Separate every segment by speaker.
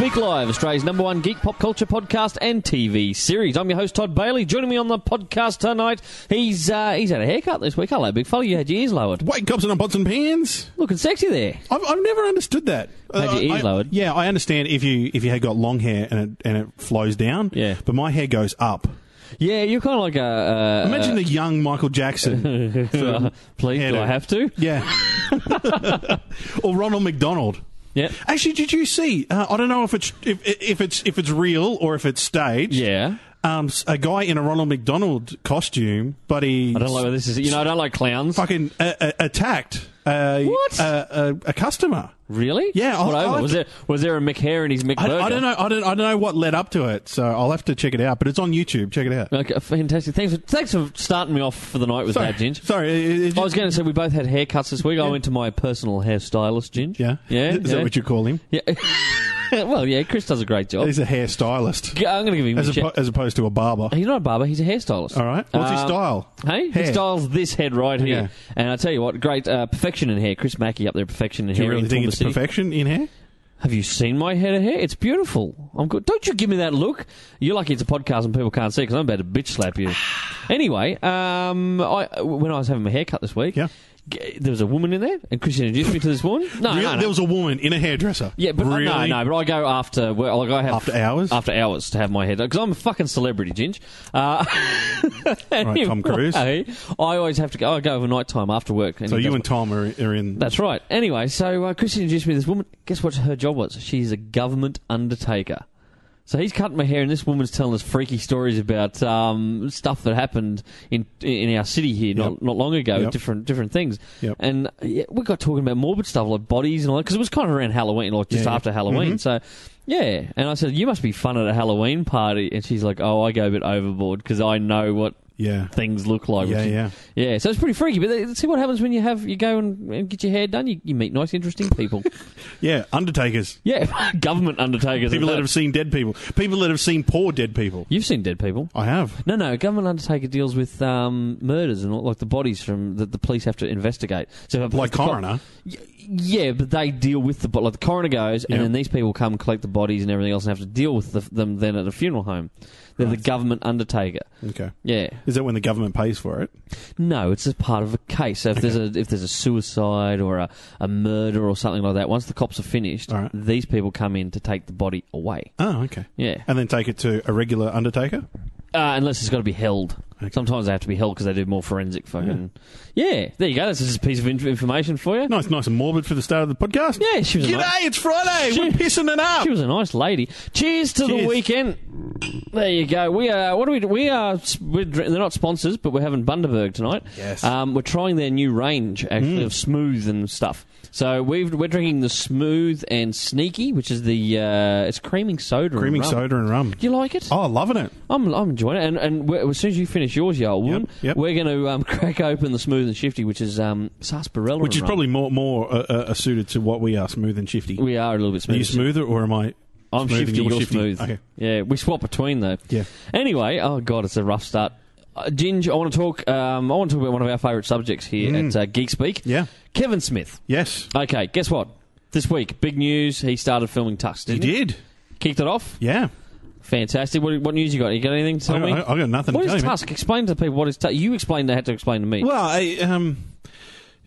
Speaker 1: Geek Live, Australia's number one geek pop culture podcast and TV series. I'm your host Todd Bailey. Joining me on the podcast tonight, he's uh, he's had a haircut this week. Hello, big fella. You had your ears lowered,
Speaker 2: White cops and on pots and pans.
Speaker 1: looking sexy there.
Speaker 2: I've, I've never understood that. Uh,
Speaker 1: Had your
Speaker 2: I-
Speaker 1: ears
Speaker 2: I-
Speaker 1: lowered.
Speaker 2: Yeah, I understand if you if you had got long hair and it and it flows down.
Speaker 1: Yeah.
Speaker 2: but my hair goes up.
Speaker 1: Yeah, you're kind of like a. Uh,
Speaker 2: Imagine the young Michael Jackson.
Speaker 1: uh, please, do
Speaker 2: hairdo.
Speaker 1: I have to?
Speaker 2: yeah, or Ronald McDonald.
Speaker 1: Yeah.
Speaker 2: Actually, did you see? Uh, I don't know if it's if, if it's if it's real or if it's staged.
Speaker 1: Yeah.
Speaker 2: um, s- a guy in a Ronald McDonald costume, but he
Speaker 1: I don't like where this is. You know, I don't like clowns.
Speaker 2: fucking uh, uh, attacked a,
Speaker 1: What?
Speaker 2: A, a, a customer.
Speaker 1: Really?
Speaker 2: Yeah, I'll-
Speaker 1: What
Speaker 2: I'll
Speaker 1: over?
Speaker 2: have
Speaker 1: was
Speaker 2: to-
Speaker 1: there was there a McHare in his
Speaker 2: I,
Speaker 1: McBurger?
Speaker 2: I don't know. I don't. I don't know what led up to it. So I'll have to check it out. But it's on YouTube. Check it out.
Speaker 1: Okay, uh, fantastic. Thanks for, thanks for starting me off for the night with
Speaker 2: sorry,
Speaker 1: that, Ginge.
Speaker 2: sorry. it- it- it-
Speaker 1: I was going to say we both had haircuts this week. I went to my personal hairstylist, Ginge.
Speaker 2: yeah.
Speaker 1: yeah,
Speaker 2: Is
Speaker 1: yeah.
Speaker 2: that what you call him?
Speaker 1: Yeah. well, yeah, Chris does a great job.
Speaker 2: He's a hairstylist,
Speaker 1: G- I'm going to Oh. give him
Speaker 2: as,
Speaker 1: a
Speaker 2: oppo-
Speaker 1: shout.
Speaker 2: as opposed to a barber.
Speaker 1: He's not a barber. He's a hairstylist.
Speaker 2: All right. What's his
Speaker 1: Um,
Speaker 2: style?
Speaker 1: Hey, he
Speaker 2: Hair.
Speaker 1: styles this head right here,
Speaker 2: Yeah.
Speaker 1: and I tell you what, great uh, perfection in hair. Chris Mackey up there, perfection in
Speaker 2: Do
Speaker 1: hair.
Speaker 2: you really
Speaker 1: in
Speaker 2: think
Speaker 1: Toowoomba
Speaker 2: it's
Speaker 1: City.
Speaker 2: perfection in hair?
Speaker 1: Have you seen my head of hair? It's beautiful. I'm good. Don't you give me that look. You're lucky it's a podcast and people can't see because I'm about to bitch slap you. anyway, um, I, when I was having my haircut this week,
Speaker 2: Yeah.
Speaker 1: g- there was a woman in there, and Chris introduced me to this woman. No,
Speaker 2: Really?
Speaker 1: no, no.
Speaker 2: There was a woman in a hairdresser.
Speaker 1: yeah, but uh,
Speaker 2: really?
Speaker 1: no, no. But I go after well, like I have
Speaker 2: After hours?
Speaker 1: after hours to have my hair because I'm a fucking celebrity, Ginge. Uh,
Speaker 2: Right, Tom Cruise.
Speaker 1: anyway, I always have to go. I go over night time after work.
Speaker 2: So
Speaker 1: he
Speaker 2: you
Speaker 1: does
Speaker 2: and Tom are, are in.
Speaker 1: that's right. Anyway, so uh, Chris introduced me to this woman. Guess what her job was? She's a government undertaker. So he's cutting my hair, and this woman's telling us freaky stories about um, stuff that happened in in our city here not,
Speaker 2: Yep.
Speaker 1: not long ago.
Speaker 2: Yep.
Speaker 1: Different different things,
Speaker 2: Yep.
Speaker 1: and uh, yeah, we got talking about morbid stuff like bodies and all that because it was kind of around Halloween, like just
Speaker 2: Yeah, Mm-hmm. yeah.
Speaker 1: after Halloween. So yeah, and I said you must be fun at a Halloween party, and she's like, oh, I go a bit overboard because I know what
Speaker 2: yeah.
Speaker 1: things look like.
Speaker 2: Yeah,
Speaker 1: which is-
Speaker 2: yeah.
Speaker 1: yeah, so it's pretty freaky. But th- see what happens when you have you go and, and get your hair done. You, you meet nice, interesting people.
Speaker 2: Yeah. Undertakers.
Speaker 1: yeah, government undertakers.
Speaker 2: People
Speaker 1: and
Speaker 2: that have seen dead people. People that have seen poor dead people.
Speaker 1: You've seen dead people.
Speaker 2: I have.
Speaker 1: No, no. Government undertaker deals with um, murders and all, like the bodies from that the police have to investigate. So if a-
Speaker 2: Like
Speaker 1: if the co-
Speaker 2: coroner.
Speaker 1: Y- yeah, but they deal with the bo- like the coroner goes,
Speaker 2: Yeah.
Speaker 1: and then these people come collect the bodies and everything else, and have to deal with the, them then at a funeral home. They're the government undertaker.
Speaker 2: Okay.
Speaker 1: Yeah.
Speaker 2: Is that when the government pays for it?
Speaker 1: No, it's a part of a case. So if there's a if there's a suicide or a, a murder or something like that, once the cops are finished,
Speaker 2: All right.
Speaker 1: these people come in to take the body away.
Speaker 2: Oh, okay.
Speaker 1: Yeah,
Speaker 2: And then take it to a regular undertaker?
Speaker 1: uh, unless it's got to be held.
Speaker 2: Okay.
Speaker 1: Sometimes they have to be held because they do more forensic fucking. Yeah. there you go. That's just a piece of inf- information for you.
Speaker 2: Nice, nice and morbid for the start of the podcast.
Speaker 1: Yeah, she was a
Speaker 2: G'day,
Speaker 1: nice,
Speaker 2: it's Friday. We're pissing it up.
Speaker 1: she was a nice lady. Cheers to the
Speaker 2: Cheers.
Speaker 1: weekend. There you go. We are. What do we? do? We are. s- We're, dr- they're not sponsors, but we're having Bundaberg tonight.
Speaker 2: Yes. Mm.
Speaker 1: Um, we're trying their new range actually of smooth and stuff. So we've, we're drinking the smooth and sneaky, which is the uh, it's creaming soda. and
Speaker 2: Creaming
Speaker 1: rum.
Speaker 2: soda and rum.
Speaker 1: Do you like it?
Speaker 2: Oh, loving it.
Speaker 1: I'm, I'm enjoying it. And, and we as soon as you finish yours, you old woman,
Speaker 2: yep.
Speaker 1: we're going to um, crack open the smooth and shifty, which is um, sarsaparilla.
Speaker 2: Which
Speaker 1: and
Speaker 2: is
Speaker 1: rum.
Speaker 2: probably more more uh, uh, suited to what we are, smooth and shifty.
Speaker 1: we are a little bit
Speaker 2: Are
Speaker 1: smooth.
Speaker 2: you smoother or am I?
Speaker 1: I'm
Speaker 2: smooth and
Speaker 1: shifty. You're,
Speaker 2: you're shifty?
Speaker 1: smooth.
Speaker 2: Okay.
Speaker 1: Yeah, we swap between though.
Speaker 2: Yeah.
Speaker 1: Anyway, oh god, it's a rough start. Uh, Ginge, I want to talk. Um, I want to talk about one of our favourite subjects here
Speaker 2: Mm.
Speaker 1: at uh, Geek Speak.
Speaker 2: Yeah.
Speaker 1: Kevin Smith.
Speaker 2: Yes.
Speaker 1: Okay, guess what? This week, big news. He started filming Tux.
Speaker 2: You
Speaker 1: Didn't he?
Speaker 2: did.
Speaker 1: Kicked it off.
Speaker 2: Yeah.
Speaker 1: Fantastic. What, what news you got? You got anything to tell
Speaker 2: I,
Speaker 1: me?
Speaker 2: I, I got nothing
Speaker 1: what
Speaker 2: to
Speaker 1: is
Speaker 2: tell you. man.
Speaker 1: Tusk? Explain to the people what is Tusk. You explained. They had to explain to me.
Speaker 2: Well, I, um,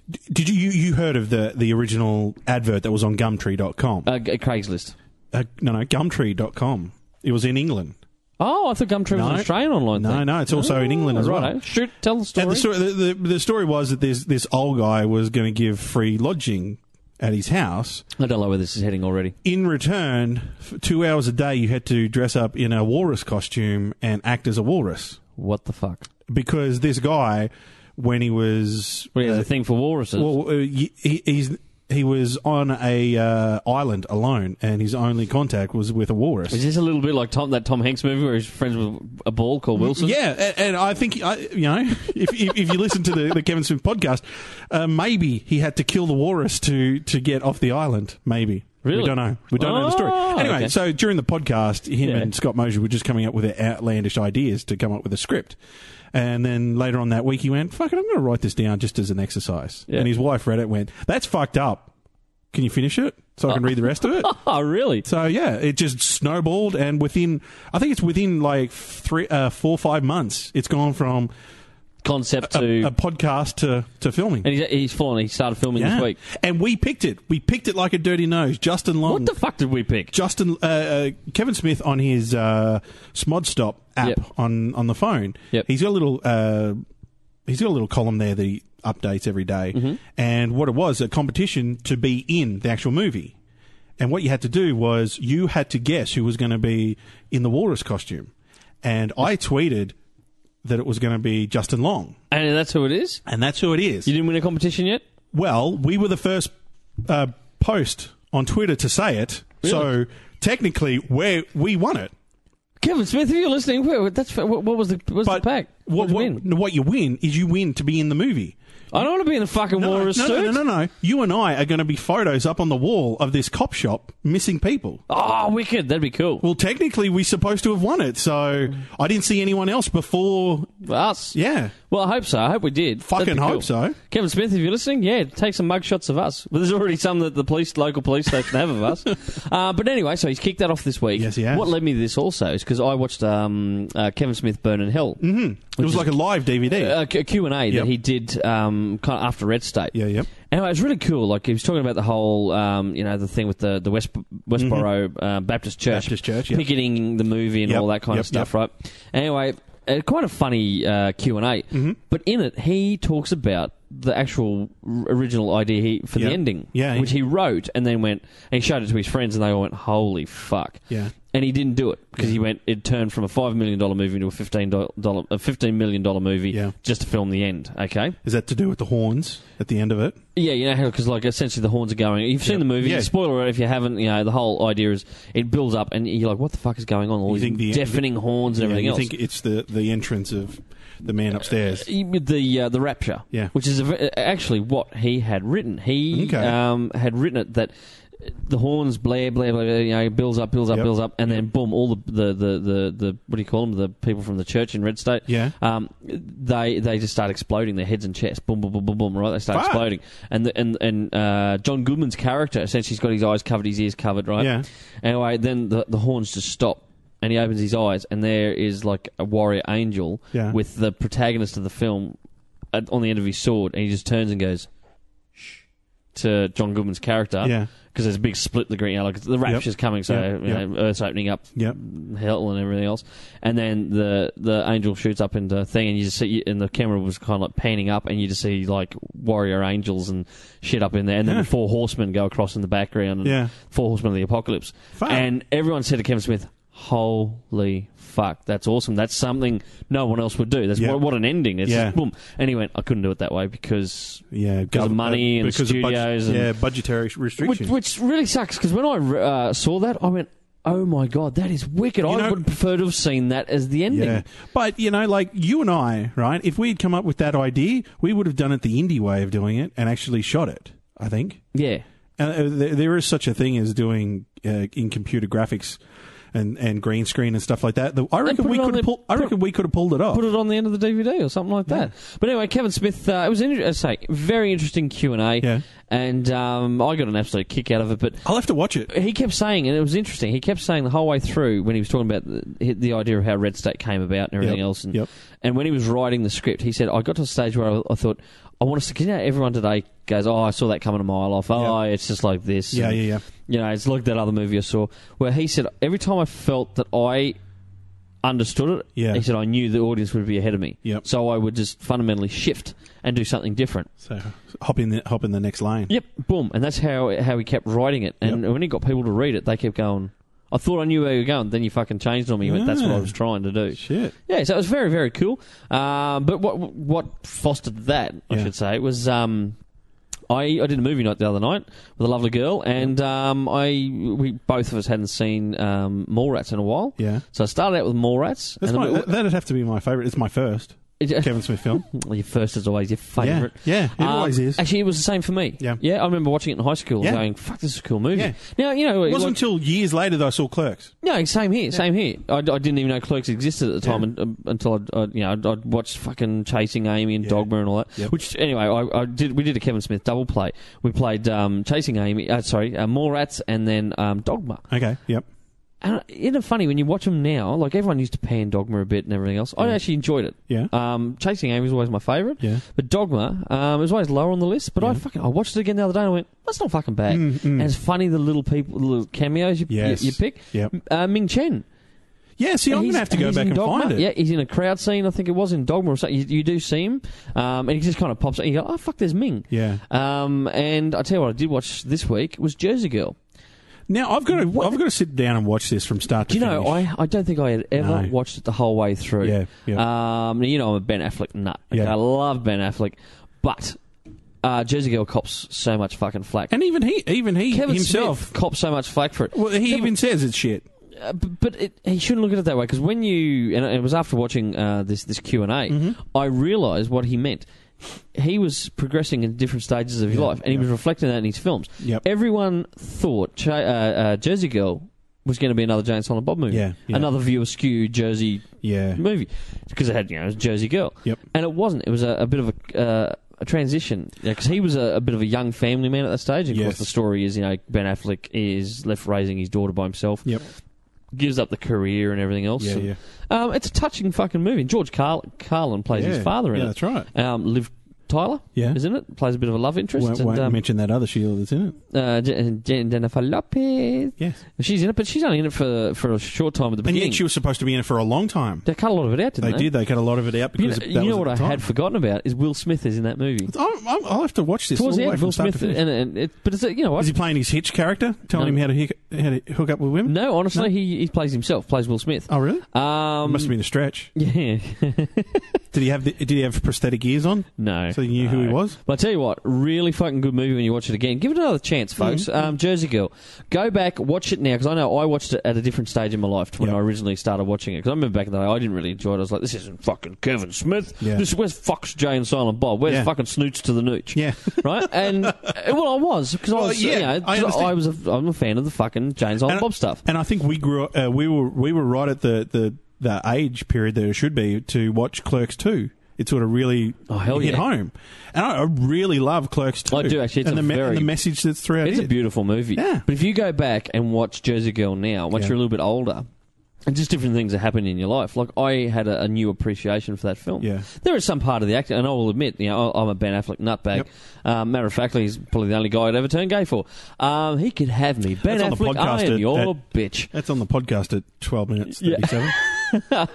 Speaker 2: d- did you, you you heard of the the original advert that was on Gumtree.com?
Speaker 1: Uh, G- Craigslist.
Speaker 2: Uh, no, no, Gumtree.com. It was in England.
Speaker 1: Oh, I thought Gumtree was Oh, an
Speaker 2: No.
Speaker 1: Australian online
Speaker 2: No,
Speaker 1: thing.
Speaker 2: no, it's also in England as well.
Speaker 1: Righto. Shoot, tell the story.
Speaker 2: And the story, the, the, the story was that this this old guy was going to give free lodging at his house.
Speaker 1: I don't know where this is heading already.
Speaker 2: In return, for two hours a day, you had to dress up in a walrus costume and act as a walrus
Speaker 1: What the fuck?
Speaker 2: because this guy, when he was uh,
Speaker 1: Well, he has a thing for walruses.
Speaker 2: well, uh, y- he, he's. He was on a uh, island alone, and his only contact was with a walrus.
Speaker 1: Is this a little bit like Tom that Tom Hanks movie where he's friends with a ball called Wilson?
Speaker 2: Yeah, and, and I think I- you know if, if, if you listen to the, the Kevin Smith podcast, uh, maybe he had to kill the walrus to to get off the island. Maybe
Speaker 1: Really?
Speaker 2: we don't know. We don't know the story.
Speaker 1: Oh,
Speaker 2: Anyway,
Speaker 1: okay.
Speaker 2: so during the podcast, him
Speaker 1: Yeah.
Speaker 2: and Scott Mosier were just coming up with their outlandish ideas to come up with a script. And then later on that week, he went, "Fuck it, I'm going to write this down just as an exercise."
Speaker 1: Yeah.
Speaker 2: And his wife read it, went, "That's fucked up." Can you finish it so I can read the rest of it?
Speaker 1: Oh, really?
Speaker 2: So uh, yeah, it just snowballed, and within I think it's within like three, uh, four, or five months, it's gone from
Speaker 1: Concept
Speaker 2: a,
Speaker 1: to.
Speaker 2: a podcast to to filming.
Speaker 1: and he's, he's fallen. He started filming
Speaker 2: Yeah.
Speaker 1: this week.
Speaker 2: and we picked it. We picked it like a dirty nose. Justin Long,
Speaker 1: What the fuck did we pick?
Speaker 2: Justin, uh, uh, Kevin Smith on his uh, Smod Stop app
Speaker 1: Yep.
Speaker 2: on on the phone.
Speaker 1: Yep.
Speaker 2: He's got a little uh, he's got a little column there that he updates every day.
Speaker 1: Mm-hmm.
Speaker 2: And what it was a competition to be in the actual movie. And what you had to do was you had to guess who was going to be in the walrus costume. And I tweeted that it was going to be Justin Long,
Speaker 1: And that's who it is?
Speaker 2: and that's who it is.
Speaker 1: You didn't win a competition yet?
Speaker 2: Well, we were the first uh, post on Twitter to say it, so technically we we won it.
Speaker 1: Kevin Smith, if you're listening, where, that's what, what was the what was the pack?
Speaker 2: what,
Speaker 1: What,
Speaker 2: what,
Speaker 1: win?
Speaker 2: no, what you win is you win to be in the movie.
Speaker 1: I don't want to be in the fucking
Speaker 2: No,
Speaker 1: walrus
Speaker 2: no,
Speaker 1: suit.
Speaker 2: no, no, no, no. You and I are going to be photos up on the wall of this cop shop missing people.
Speaker 1: Oh, wicked! That'd be cool.
Speaker 2: Well, technically, we're supposed to have won it, so I didn't see anyone else before.
Speaker 1: us.
Speaker 2: Yeah,
Speaker 1: Well, I hope so. I hope we did. That'd
Speaker 2: fucking
Speaker 1: be
Speaker 2: hope
Speaker 1: cool.
Speaker 2: so.
Speaker 1: Kevin Smith, if you're listening, yeah, take some mugshots of us. Well, there's already some that the police, local police station have of us. Uh, but anyway, so he's kicked that off this week.
Speaker 2: Yes, he has.
Speaker 1: What led me to this also is because I watched um, uh, Kevin Smith Burn in Hell, mm-hmm.
Speaker 2: It was like a live DVD.
Speaker 1: a Q- a Q and A
Speaker 2: Mm. Yep.
Speaker 1: that he did um, kind of after Red State.
Speaker 2: yeah, yeah.
Speaker 1: Anyway, it was really cool. Like he was talking about the whole, um, you know, the thing with the the West Westboro uh, Baptist Church,
Speaker 2: Mm-hmm. Baptist Church, yeah.
Speaker 1: picketing the movie and
Speaker 2: Yep,
Speaker 1: all that kind
Speaker 2: yep,
Speaker 1: of stuff, right? Anyway, uh, quite a funny uh, Q and
Speaker 2: Mm-hmm.
Speaker 1: A. But in it, he talks about the actual r- original idea he, for
Speaker 2: Yeah.
Speaker 1: the ending,
Speaker 2: Yeah, he-
Speaker 1: which he wrote and then went and he showed it to his friends, and they all went, "Holy fuck!"
Speaker 2: Yeah.
Speaker 1: And he didn't do it because he went. It turned from a five million dollar movie into a fifteen dollar, a fifteen million dollar movie
Speaker 2: Yeah.
Speaker 1: just to film the end. Okay.
Speaker 2: Is that to do with the horns at the end of it?
Speaker 1: Yeah, you know how because like essentially the horns are going. You've seen
Speaker 2: Yeah.
Speaker 1: the movie.
Speaker 2: Yeah.
Speaker 1: Spoiler alert if you haven't. You know the whole idea is it builds up and you're like, what the fuck is going on? All
Speaker 2: You
Speaker 1: these
Speaker 2: think the-
Speaker 1: deafening horns and
Speaker 2: yeah,
Speaker 1: everything
Speaker 2: you
Speaker 1: else.
Speaker 2: think it's the the entrance of the man upstairs?
Speaker 1: the uh, the rapture,
Speaker 2: Yeah.
Speaker 1: which is a ve- actually what he had written. He
Speaker 2: Okay.
Speaker 1: um, had written it that the horns blare, blare, blare, you know, builds up, builds up,
Speaker 2: Yep.
Speaker 1: builds up, and then boom, all the, the, the, the, the what do you call them? The people from the church in Red State,
Speaker 2: Yeah.
Speaker 1: um, they they just start exploding their heads and chests, boom, boom, boom, boom, boom, right? They start
Speaker 2: Fuck.
Speaker 1: exploding, and the, and and uh, John Goodman's character essentially he's got his eyes covered, his ears covered, right?
Speaker 2: Yeah.
Speaker 1: Anyway, then the the horns just stop. And he opens his eyes, and there is like a warrior angel
Speaker 2: Yeah.
Speaker 1: with the protagonist of the film at, on the end of his sword, and he just turns and goes shh to John Goodman's character.
Speaker 2: Yeah.
Speaker 1: Because there's a big split in the green, you know, like the rapture's coming, so
Speaker 2: Yep.
Speaker 1: you know, Earth's opening up,
Speaker 2: Yep.
Speaker 1: hell and everything else, and then the the angel shoots up into a thing, and you just see, and the camera was kind of like panning up, and you just see like warrior angels and shit up in there, and then
Speaker 2: Yeah.
Speaker 1: the four horsemen go across in the background, and
Speaker 2: Yeah.
Speaker 1: four horsemen of the apocalypse,
Speaker 2: Fuck.
Speaker 1: and everyone said to Kevin Smith, "Holy fuck, that's awesome! That's something no one else would do. That's
Speaker 2: Yeah.
Speaker 1: what, what an ending! It's
Speaker 2: Yeah.
Speaker 1: just boom." And he went, "I couldn't do it that way because."
Speaker 2: Yeah, uh, because
Speaker 1: of money and studios and-
Speaker 2: yeah, budgetary
Speaker 1: Which,
Speaker 2: restrictions.
Speaker 1: which really sucks because when I uh, saw that, I went, "Oh my god, that is wicked! I
Speaker 2: know-
Speaker 1: would prefer to have seen that as the ending."
Speaker 2: yeah, but you know, like you and I, right? If we had come up with that idea, we would have done it the indie way of doing it and actually shot it. I think,
Speaker 1: Yeah.
Speaker 2: and uh, there, there is such a thing as doing uh, in computer graphics and, and green screen and stuff like that. The- I reckon
Speaker 1: put
Speaker 2: we
Speaker 1: it on
Speaker 2: could
Speaker 1: the-
Speaker 2: pull. I
Speaker 1: put-
Speaker 2: reckon we could have pulled it off.
Speaker 1: Put it on the end of the DVD or something like that. But anyway, Kevin Smith, uh, it was inter- as I say very interesting Q and A,
Speaker 2: Yeah.
Speaker 1: and um, I got an absolute kick out of it. But
Speaker 2: I'll have to watch it.
Speaker 1: he kept saying, and it was interesting. He kept saying the whole way through when he was talking about the, the idea of how Red State came about and everything
Speaker 2: Yep,
Speaker 1: else, and
Speaker 2: yep.
Speaker 1: and when he was writing the script, he said, "I got to a stage where I, I thought I want to." see- 'cause You know, everyone today goes, "Oh, I saw that coming a mile off. Oh, it's just like this."
Speaker 2: Yeah,
Speaker 1: and,
Speaker 2: yeah, yeah.
Speaker 1: You know, it's like that other movie I saw where he said every time I felt that I understood it,
Speaker 2: Yeah.
Speaker 1: he said I knew the audience would be ahead of me.
Speaker 2: Yep.
Speaker 1: So I would just fundamentally shift and do something different.
Speaker 2: So hop in the hop in the next lane.
Speaker 1: Yep, boom, and that's how how he kept writing it. And when he got people to read it, they kept going. I thought I knew where you were going. Then you fucking changed on me. You went, That's what I
Speaker 2: Yeah.
Speaker 1: was trying to do.
Speaker 2: Shit.
Speaker 1: Yeah, so it was very very cool. Um, but what what fostered that, I
Speaker 2: Yeah.
Speaker 1: should say, was um, I I did a movie night the other night with a lovely girl, and um, I we both of us hadn't seen um, Mallrats in a while.
Speaker 2: Yeah.
Speaker 1: So I started out with Mallrats.
Speaker 2: That's
Speaker 1: and
Speaker 2: my,
Speaker 1: it-
Speaker 2: that- that'd have to be my favorite. It's my first.
Speaker 1: It-
Speaker 2: Kevin Smith film.
Speaker 1: Well, your first is always your
Speaker 2: Uh, yeah,
Speaker 1: favourite.
Speaker 2: yeah, it
Speaker 1: Um,
Speaker 2: always is.
Speaker 1: Actually, it was the same for me.
Speaker 2: Yeah.
Speaker 1: Yeah, I remember watching it in high school
Speaker 2: Yeah.
Speaker 1: going, fuck, this is a cool movie.
Speaker 2: Yeah.
Speaker 1: Now, you know,
Speaker 2: It wasn't until years later that I saw Clerks.
Speaker 1: No, same here, same here. I, I didn't even know Clerks existed at the time un- um, until I'd, I'd, you know, I'd, I'd watched fucking Chasing Amy and
Speaker 2: Yeah.
Speaker 1: Dogma and all that.
Speaker 2: Yep.
Speaker 1: Which, anyway, I, I did. we did a Kevin Smith double play. We played um, Chasing Amy, uh, sorry, uh, Mallrats and then um, Dogma.
Speaker 2: Okay, yep.
Speaker 1: And uh, isn't it funny when you watch them now? Like everyone used to pan Dogma a bit and everything else. I
Speaker 2: Yeah.
Speaker 1: actually enjoyed it.
Speaker 2: Yeah.
Speaker 1: Um, Chasing Amy was always my favourite,
Speaker 2: Yeah.
Speaker 1: but Dogma um, was always lower on the list. But I
Speaker 2: Yeah.
Speaker 1: fucking I watched it again the other day and I went, that's not fucking bad.
Speaker 2: Mm, mm.
Speaker 1: And it's funny the little people, the little cameos you, you-
Speaker 2: Yes.
Speaker 1: you, pick.
Speaker 2: Yep.
Speaker 1: Uh, Ming Chen.
Speaker 2: Yeah, see, I'm going
Speaker 1: He's-
Speaker 2: to have to go
Speaker 1: he's
Speaker 2: back
Speaker 1: in
Speaker 2: and
Speaker 1: Dogma.
Speaker 2: find it.
Speaker 1: Yeah, he's in a crowd scene. I think it was in Dogma or something. You, you do see him, um, and he just kind of pops up. And you go, oh fuck, there's Ming.
Speaker 2: Yeah.
Speaker 1: Um, and I tell you what, I did watch this week was Jersey Girl.
Speaker 2: Now I've got to I've got to sit down and watch this from start to
Speaker 1: Do you know,
Speaker 2: finish.
Speaker 1: I, I don't think I had ever
Speaker 2: No.
Speaker 1: watched it the whole way through.
Speaker 2: Yeah,
Speaker 1: Um, you know, I'm a Ben Affleck nut. Okay?
Speaker 2: Yeah.
Speaker 1: I love Ben Affleck, but uh, Jersey Girl cops so much fucking flack.
Speaker 2: and even he even he
Speaker 1: Kevin
Speaker 2: himself.
Speaker 1: Smith cops so much flack for it.
Speaker 2: Well, he
Speaker 1: Yeah,
Speaker 2: even says it's shit.
Speaker 1: Uh, b- but it, he shouldn't look at it that way because when you and it was after watching uh, this this Q and A,
Speaker 2: Mm.
Speaker 1: I realised what he meant. He was progressing in different stages of his
Speaker 2: Yeah,
Speaker 1: life, and he
Speaker 2: yeah.
Speaker 1: was reflecting that in his films.
Speaker 2: Mm-hmm. Yep.
Speaker 1: Everyone thought Ch- uh, uh, Jersey Girl was going to be another Jane Silent Bob movie,
Speaker 2: Yeah, yeah.
Speaker 1: another view askew Jersey
Speaker 2: Yeah.
Speaker 1: movie, because it had you know it was Jersey Girl.
Speaker 2: Yep.
Speaker 1: And it wasn't. It was a, a bit of a. Uh, a transition, because he was a, a bit of a young family man at that stage. Of course,
Speaker 2: Yes.
Speaker 1: the story is you know Ben Affleck is left raising his daughter by himself
Speaker 2: Yep.
Speaker 1: gives up the career and everything else.
Speaker 2: Yeah.
Speaker 1: And,
Speaker 2: Yeah.
Speaker 1: Um, it's a touching fucking movie. George Carl- Carlin plays
Speaker 2: Yeah.
Speaker 1: his father in
Speaker 2: Yeah,
Speaker 1: it.
Speaker 2: that's right.
Speaker 1: Um, Liv Tyler,
Speaker 2: Yeah.
Speaker 1: isn't it? Plays a bit of a love interest.
Speaker 2: Won't,
Speaker 1: and
Speaker 2: won't
Speaker 1: um,
Speaker 2: mention that other Sheila that's in it.
Speaker 1: uh, J- and Jen- Jennifer Lopez.
Speaker 2: Yes.
Speaker 1: She's in it, but she's only in it for, for a short time at the
Speaker 2: And
Speaker 1: beginning.
Speaker 2: yet she was supposed to be in it for a long time.
Speaker 1: they cut a lot of it out, didn't
Speaker 2: They
Speaker 1: they?
Speaker 2: did. They cut a lot of it out
Speaker 1: You
Speaker 2: because
Speaker 1: know,
Speaker 2: that
Speaker 1: you know what
Speaker 2: was
Speaker 1: I
Speaker 2: at the
Speaker 1: had
Speaker 2: time.
Speaker 1: forgotten about is Will Smith is in that movie.
Speaker 2: I'm, I'm, I'll have to watch this.
Speaker 1: Towards
Speaker 2: all
Speaker 1: the
Speaker 2: the way
Speaker 1: end,
Speaker 2: from
Speaker 1: Will
Speaker 2: start to
Speaker 1: Smith,
Speaker 2: finish.
Speaker 1: and, and it, but it's a, you know what?
Speaker 2: Is he playing his Hitch character, telling
Speaker 1: No.
Speaker 2: him how to, hic- how to hook up with women?
Speaker 1: no, honestly, he, he plays himself. Plays Will Smith.
Speaker 2: Oh, really?
Speaker 1: Um,
Speaker 2: Must have been a stretch.
Speaker 1: Yeah,
Speaker 2: Did he have the, Did he have prosthetic ears on
Speaker 1: no.
Speaker 2: so you knew who he
Speaker 1: no.
Speaker 2: was?
Speaker 1: But I tell you what, really fucking good movie when you watch it again. Give it another chance, folks. Um, Jersey Girl. Go back, watch it now, because I know I watched it at a different stage in my life to when
Speaker 2: Yep.
Speaker 1: I originally started watching it. Because I remember back in the day, I didn't really enjoy it. I was like, this isn't fucking Kevin Smith.
Speaker 2: Yeah.
Speaker 1: This where's Fox, Jay, and Silent Bob? Where's
Speaker 2: Yeah.
Speaker 1: fucking Snoots to the Nooch?
Speaker 2: Yeah.
Speaker 1: Right? And, uh, well, I was, because I
Speaker 2: Well,
Speaker 1: was,
Speaker 2: yeah,
Speaker 1: you know,
Speaker 2: I understand.
Speaker 1: was a, I'm a fan of the fucking Jane, Silent
Speaker 2: And-
Speaker 1: Bob stuff.
Speaker 2: And I think we grew. Uh, we were we were right at the, the the age period that it should be to watch Clerks two. It sort of really
Speaker 1: Oh, hell
Speaker 2: hit
Speaker 1: yeah.
Speaker 2: home, and I, I really love Clerks two.
Speaker 1: I do, actually. It's
Speaker 2: and
Speaker 1: a
Speaker 2: the, me-
Speaker 1: very-
Speaker 2: and the message that's throughout
Speaker 1: It's a
Speaker 2: it.
Speaker 1: beautiful movie.
Speaker 2: Yeah.
Speaker 1: But if you go back and watch Jersey Girl now, once
Speaker 2: Yeah.
Speaker 1: you're a little bit older, and just different things that happen in your life. Like I had a, a new appreciation for that film.
Speaker 2: Yeah.
Speaker 1: There is some part of the acting, and I will admit, you know, I- I'm a Ben Affleck nutbag.
Speaker 2: Yep.
Speaker 1: Um, matter of fact, he's probably the only guy I'd ever turn gay for. Um, he could have me. Ben
Speaker 2: That's on the
Speaker 1: Affleck,
Speaker 2: podcast uh,
Speaker 1: I am
Speaker 2: at-
Speaker 1: your
Speaker 2: at-
Speaker 1: bitch.
Speaker 2: That's on the podcast at twelve minutes
Speaker 1: Yeah.
Speaker 2: thirty seven.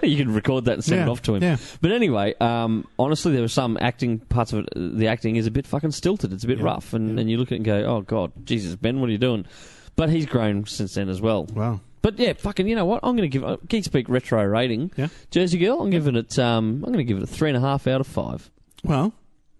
Speaker 1: you can record that and send it
Speaker 2: Yeah,
Speaker 1: off to him.
Speaker 2: yeah.
Speaker 1: But anyway, um, honestly, there were some acting parts of it. uh, The acting is a bit fucking stilted. It's a bit
Speaker 2: Yeah,
Speaker 1: rough, and,
Speaker 2: yeah.
Speaker 1: and you look at it and go, "Oh God, Jesus, Ben, what are you doing?" But he's grown since then as well.
Speaker 2: wow.
Speaker 1: But yeah, fucking, you know what? I'm going to give uh, Geek Speak retro rating.
Speaker 2: Yeah.
Speaker 1: Jersey Girl. I'm giving it. Um, I'm going to give it a three and a half out of five.
Speaker 2: Well,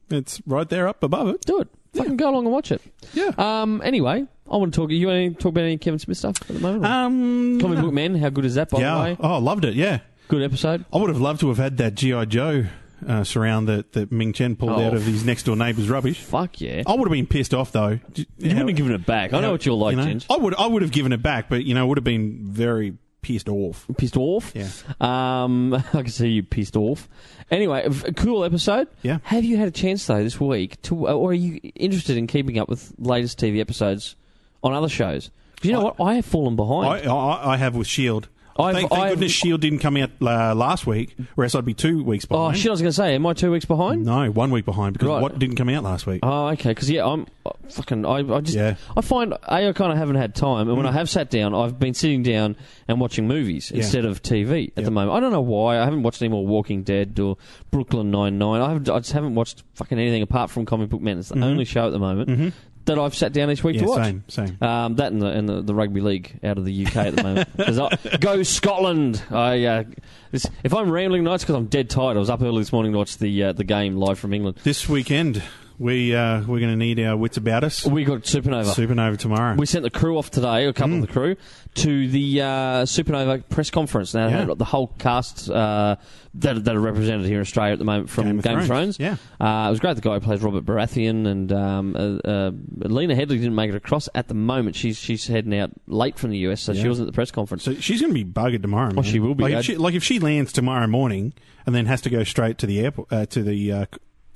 Speaker 2: it's right there up above it.
Speaker 1: Do it. Fucking go along and watch it.
Speaker 2: Yeah.
Speaker 1: Um. Anyway, I want to talk. You want to talk about any Kevin Smith stuff at the moment?
Speaker 2: Um.
Speaker 1: Comic Book Man. How good is that? By
Speaker 2: yeah.
Speaker 1: the way,
Speaker 2: Oh, loved it. Yeah.
Speaker 1: good episode.
Speaker 2: I would have loved to have had that GI Joe uh, surround that, that Ming Chen pulled
Speaker 1: Oh.
Speaker 2: out of his next door neighbour's rubbish.
Speaker 1: Fuck yeah.
Speaker 2: I would have been pissed off though. You
Speaker 1: you wouldn't have given it back. I know what you're like,
Speaker 2: you know?
Speaker 1: Ginge.
Speaker 2: I would I would have given it back, but you know, I would have been very pissed off.
Speaker 1: Pissed off.
Speaker 2: Yeah.
Speaker 1: Um, I can see you pissed off. Anyway, f- a cool episode.
Speaker 2: Yeah.
Speaker 1: Have you had a chance though this week to, uh, or are you interested in keeping up with latest TV episodes on other shows? 'Cause you know
Speaker 2: I-
Speaker 1: what? I have fallen
Speaker 2: I,
Speaker 1: behind.
Speaker 2: I I have with Shield.
Speaker 1: I've-
Speaker 2: thank thank
Speaker 1: I've-
Speaker 2: goodness Shield E didn't come out uh, last week, or else I'd be two weeks
Speaker 1: oh
Speaker 2: behind.
Speaker 1: shit! I was going to say, am I two weeks behind?
Speaker 2: No, one week behind because
Speaker 1: Right.
Speaker 2: what didn't come out last week.
Speaker 1: Oh, okay. Because yeah, I'm uh, fucking. I, I just.
Speaker 2: Yeah.
Speaker 1: I find a I kind of haven't had time, and when
Speaker 2: Mm.
Speaker 1: I have sat down, I've been sitting down and watching movies instead of TV at the
Speaker 2: Yeah.
Speaker 1: moment. I don't know why. I haven't watched any more Walking Dead or Brooklyn Nine Nine. I haven't. I just haven't watched fucking anything apart from Comic Book Man. It's the only show at the moment that I've sat down each week
Speaker 2: Mm-hmm. Mm. yeah,
Speaker 1: to watch.
Speaker 2: same, same.
Speaker 1: Um, that and, the, and the, the rugby league out of the UK at the moment. 'Cause I, go Scotland! I, uh, this, if I'm rambling nights because I'm dead tired. I was up early this morning to watch the uh, the game live from England.
Speaker 2: This weekend we uh, we're going to need our wits about us.
Speaker 1: We got Supernova.
Speaker 2: Supernova tomorrow.
Speaker 1: We sent the crew off today, a couple of the crew, to the uh, Supernova press conference. Now,
Speaker 2: Yeah.
Speaker 1: the whole cast uh, that, that are represented here in Australia at the moment from Game of Thrones.
Speaker 2: Yeah.
Speaker 1: Uh, it was great. The guy who plays Robert Baratheon and um, uh, uh, Lena Headley didn't make it across at the moment. She's she's heading out late from the US, so she
Speaker 2: Yeah.
Speaker 1: wasn't at the press conference.
Speaker 2: So she's going to be buggered tomorrow. man.
Speaker 1: she will be.
Speaker 2: Like
Speaker 1: I-
Speaker 2: if she, like if she lands tomorrow morning and then has to go straight to the airport uh, to the uh,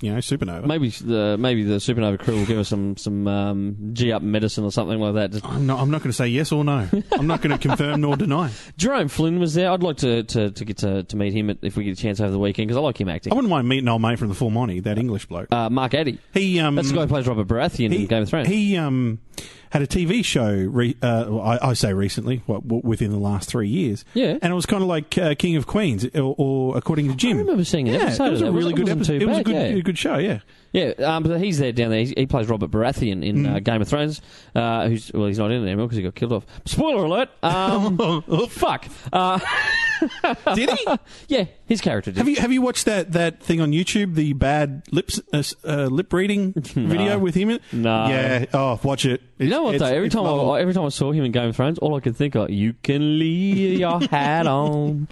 Speaker 2: you know supernova.
Speaker 1: Maybe the maybe the supernova crew will give us some some um, G up medicine or something like that. Just-
Speaker 2: I'm not. I'm not going to say yes or no. I'm not going to confirm nor deny.
Speaker 1: Jerome Flynn was there. I'd like to, to, to get to, to meet him at, if we get a chance over the weekend because I like him
Speaker 2: I
Speaker 1: acting.
Speaker 2: wouldn't mind meeting old mate from the Full Monty, that English bloke.
Speaker 1: Uh, Mark Addy.
Speaker 2: He um,
Speaker 1: That's the guy who plays Robert Baratheon in Game of Thrones.
Speaker 2: He um, had a TV show. Re- uh, well, I, I say recently, what, what, within the last three years.
Speaker 1: Yeah.
Speaker 2: and it was kind of like uh, King of Queens, or, or according to Jim.
Speaker 1: I remember seeing an
Speaker 2: yeah,
Speaker 1: episode
Speaker 2: it was
Speaker 1: of
Speaker 2: a
Speaker 1: that.
Speaker 2: really
Speaker 1: It
Speaker 2: good
Speaker 1: wasn't
Speaker 2: episode.
Speaker 1: too
Speaker 2: It was a
Speaker 1: bad,
Speaker 2: good,
Speaker 1: yeah.
Speaker 2: a good show. Yeah,
Speaker 1: Yeah, um, but he's there down there. He, he plays Robert Baratheon in
Speaker 2: Mm.
Speaker 1: uh, Game of Thrones. Uh, who's well, he's not in it anymore because he got killed off. Spoiler alert! Um, fuck. Uh,
Speaker 2: did he?
Speaker 1: yeah, his character did.
Speaker 2: Have you have you watched that, that thing on YouTube, the bad lips uh, s- uh, lip reading video with him? in it?
Speaker 1: No.
Speaker 2: Yeah. Oh, watch it.
Speaker 1: You know what though? Every time I, every time I saw him in Game of Thrones, all I could think of, "You can leave your hat on."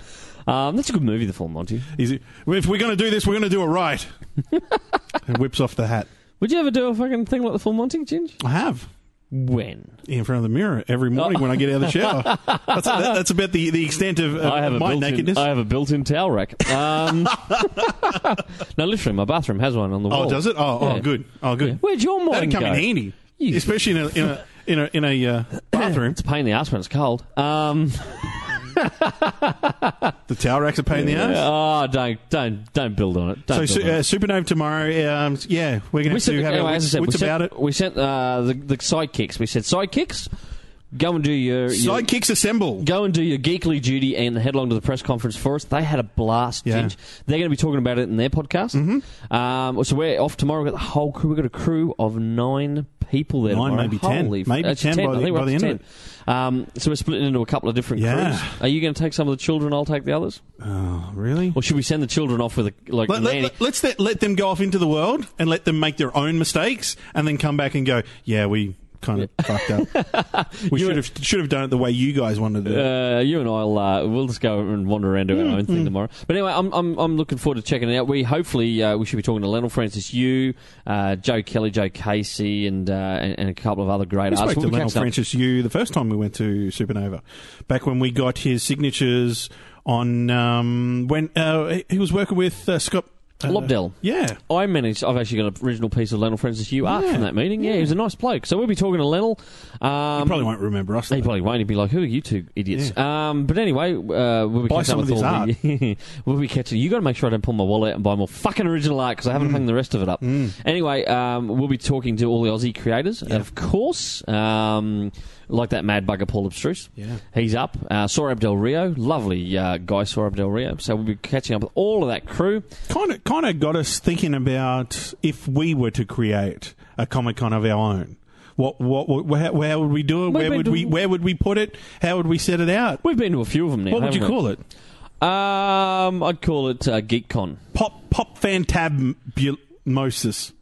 Speaker 1: Um, that's a good movie, The Full Monty.
Speaker 2: Is it, if we're going to do this, we're going to do it right. and whips off the hat.
Speaker 1: Would you ever do a fucking thing like The Full Monty, Ginge?
Speaker 2: I have
Speaker 1: When?
Speaker 2: in front of the mirror every morning when I get out of the shower. That's, that, that's about the, the extent of, of
Speaker 1: I have a
Speaker 2: Uh, my
Speaker 1: built-in.
Speaker 2: nakedness.
Speaker 1: I have a built-in towel rack. Um, no, literally, my bathroom has one on the wall.
Speaker 2: oh, does it? Oh,
Speaker 1: Yeah.
Speaker 2: oh, good. Oh, good.
Speaker 1: Where'd your
Speaker 2: That'd
Speaker 1: morning
Speaker 2: come
Speaker 1: go?
Speaker 2: in handy,
Speaker 1: You-
Speaker 2: especially in a in a in a, in a uh, bathroom.
Speaker 1: It's a pain in the ass when it's cold. Um,
Speaker 2: the towel rack's a pain in the ass.
Speaker 1: oh, don't don't don't build on it. Don't
Speaker 2: So
Speaker 1: build
Speaker 2: su-
Speaker 1: on it.
Speaker 2: uh, supernova tomorrow. Um, yeah, we're going
Speaker 1: we
Speaker 2: to
Speaker 1: said,
Speaker 2: have
Speaker 1: anyway,
Speaker 2: our
Speaker 1: as I said,
Speaker 2: wits,
Speaker 1: we
Speaker 2: wits
Speaker 1: sent,
Speaker 2: about it.
Speaker 1: we sent uh, the the sidekicks. We said sidekicks, go and do your, your
Speaker 2: Sidekicks assemble.
Speaker 1: go and do your geekly duty and head along to the press conference for us. They had a blast.
Speaker 2: Yeah. Mm-hmm.
Speaker 1: Ginge. They're going to be talking about it in their podcast. Um, so we're off tomorrow. We've got the whole crew. We've got a crew of nine people there.
Speaker 2: Nine,
Speaker 1: tomorrow.
Speaker 2: maybe ten.
Speaker 1: Holy f-
Speaker 2: Maybe
Speaker 1: it's
Speaker 2: ten by
Speaker 1: I
Speaker 2: the-
Speaker 1: think we're
Speaker 2: by the
Speaker 1: up to
Speaker 2: end of
Speaker 1: 10. Um, so we're splitting into a couple of different
Speaker 2: Yeah.
Speaker 1: crews. Are you going to take some of the children? I'll take the others.
Speaker 2: Oh, really?
Speaker 1: Or should we send the children off with a like
Speaker 2: Let,
Speaker 1: nanny?
Speaker 2: us let, let them go off into the world and let them make their own mistakes, and then come back and go, "Yeah, we kind of fucked up. We
Speaker 1: You-
Speaker 2: should have should have done it the way you guys wanted to." do it."
Speaker 1: Uh, you and I'll uh, we'll just go and wander around doing our own thing tomorrow. But anyway, I'm, I'm I'm looking forward to checking it out. We hopefully uh, we should be talking to Lionel Francis, you, uh, Joe Kelly, Joe Casey, and, uh, and and a couple of other great
Speaker 2: I
Speaker 1: artists.
Speaker 2: spoke to
Speaker 1: We'll be
Speaker 2: Lionel
Speaker 1: catching up.
Speaker 2: Francis Yu the first time we went to Supernova, back when we got his signatures on um, when uh, he- he was working with uh, Scott uh,
Speaker 1: Lobdell.
Speaker 2: Yeah,
Speaker 1: I managed. I've actually got an original piece of Lionel Francis you art
Speaker 2: Yeah.
Speaker 1: from that meeting. Yeah, he was a nice bloke. So we'll be talking to Lionel. Um,
Speaker 2: he probably won't remember us.
Speaker 1: He
Speaker 2: though.
Speaker 1: probably won't. He'd be like, "Who are you two idiots?" Um, but anyway, uh, we'll be catching
Speaker 2: Buy some
Speaker 1: up with
Speaker 2: of his
Speaker 1: all the. we'll be catching. You got to make sure I don't pull my wallet out and buy more fucking original art because I
Speaker 2: Hmm.
Speaker 1: haven't hung the rest of it up.
Speaker 2: Mm.
Speaker 1: Anyway, um, we'll be talking to all the Aussie creators, of course. Um, like that mad bugger Paul Abstruse.
Speaker 2: Yeah.
Speaker 1: He's up. Uh, Sorab Del Rio, lovely uh, guy, Sorab Del Rio. So we'll be catching up with all of that crew.
Speaker 2: kind of kind of got us thinking about if we were to create a comic con of our own. What what, what where, where would we do it?
Speaker 1: We've
Speaker 2: Where
Speaker 1: been
Speaker 2: would we
Speaker 1: doing-
Speaker 2: where would we put it? How would we set it out?
Speaker 1: We've been to a few of them now.
Speaker 2: What would you
Speaker 1: haven't we?
Speaker 2: call it?
Speaker 1: Um, I'd call it uh, GeekCon.
Speaker 2: Pop pop fantabulmosis.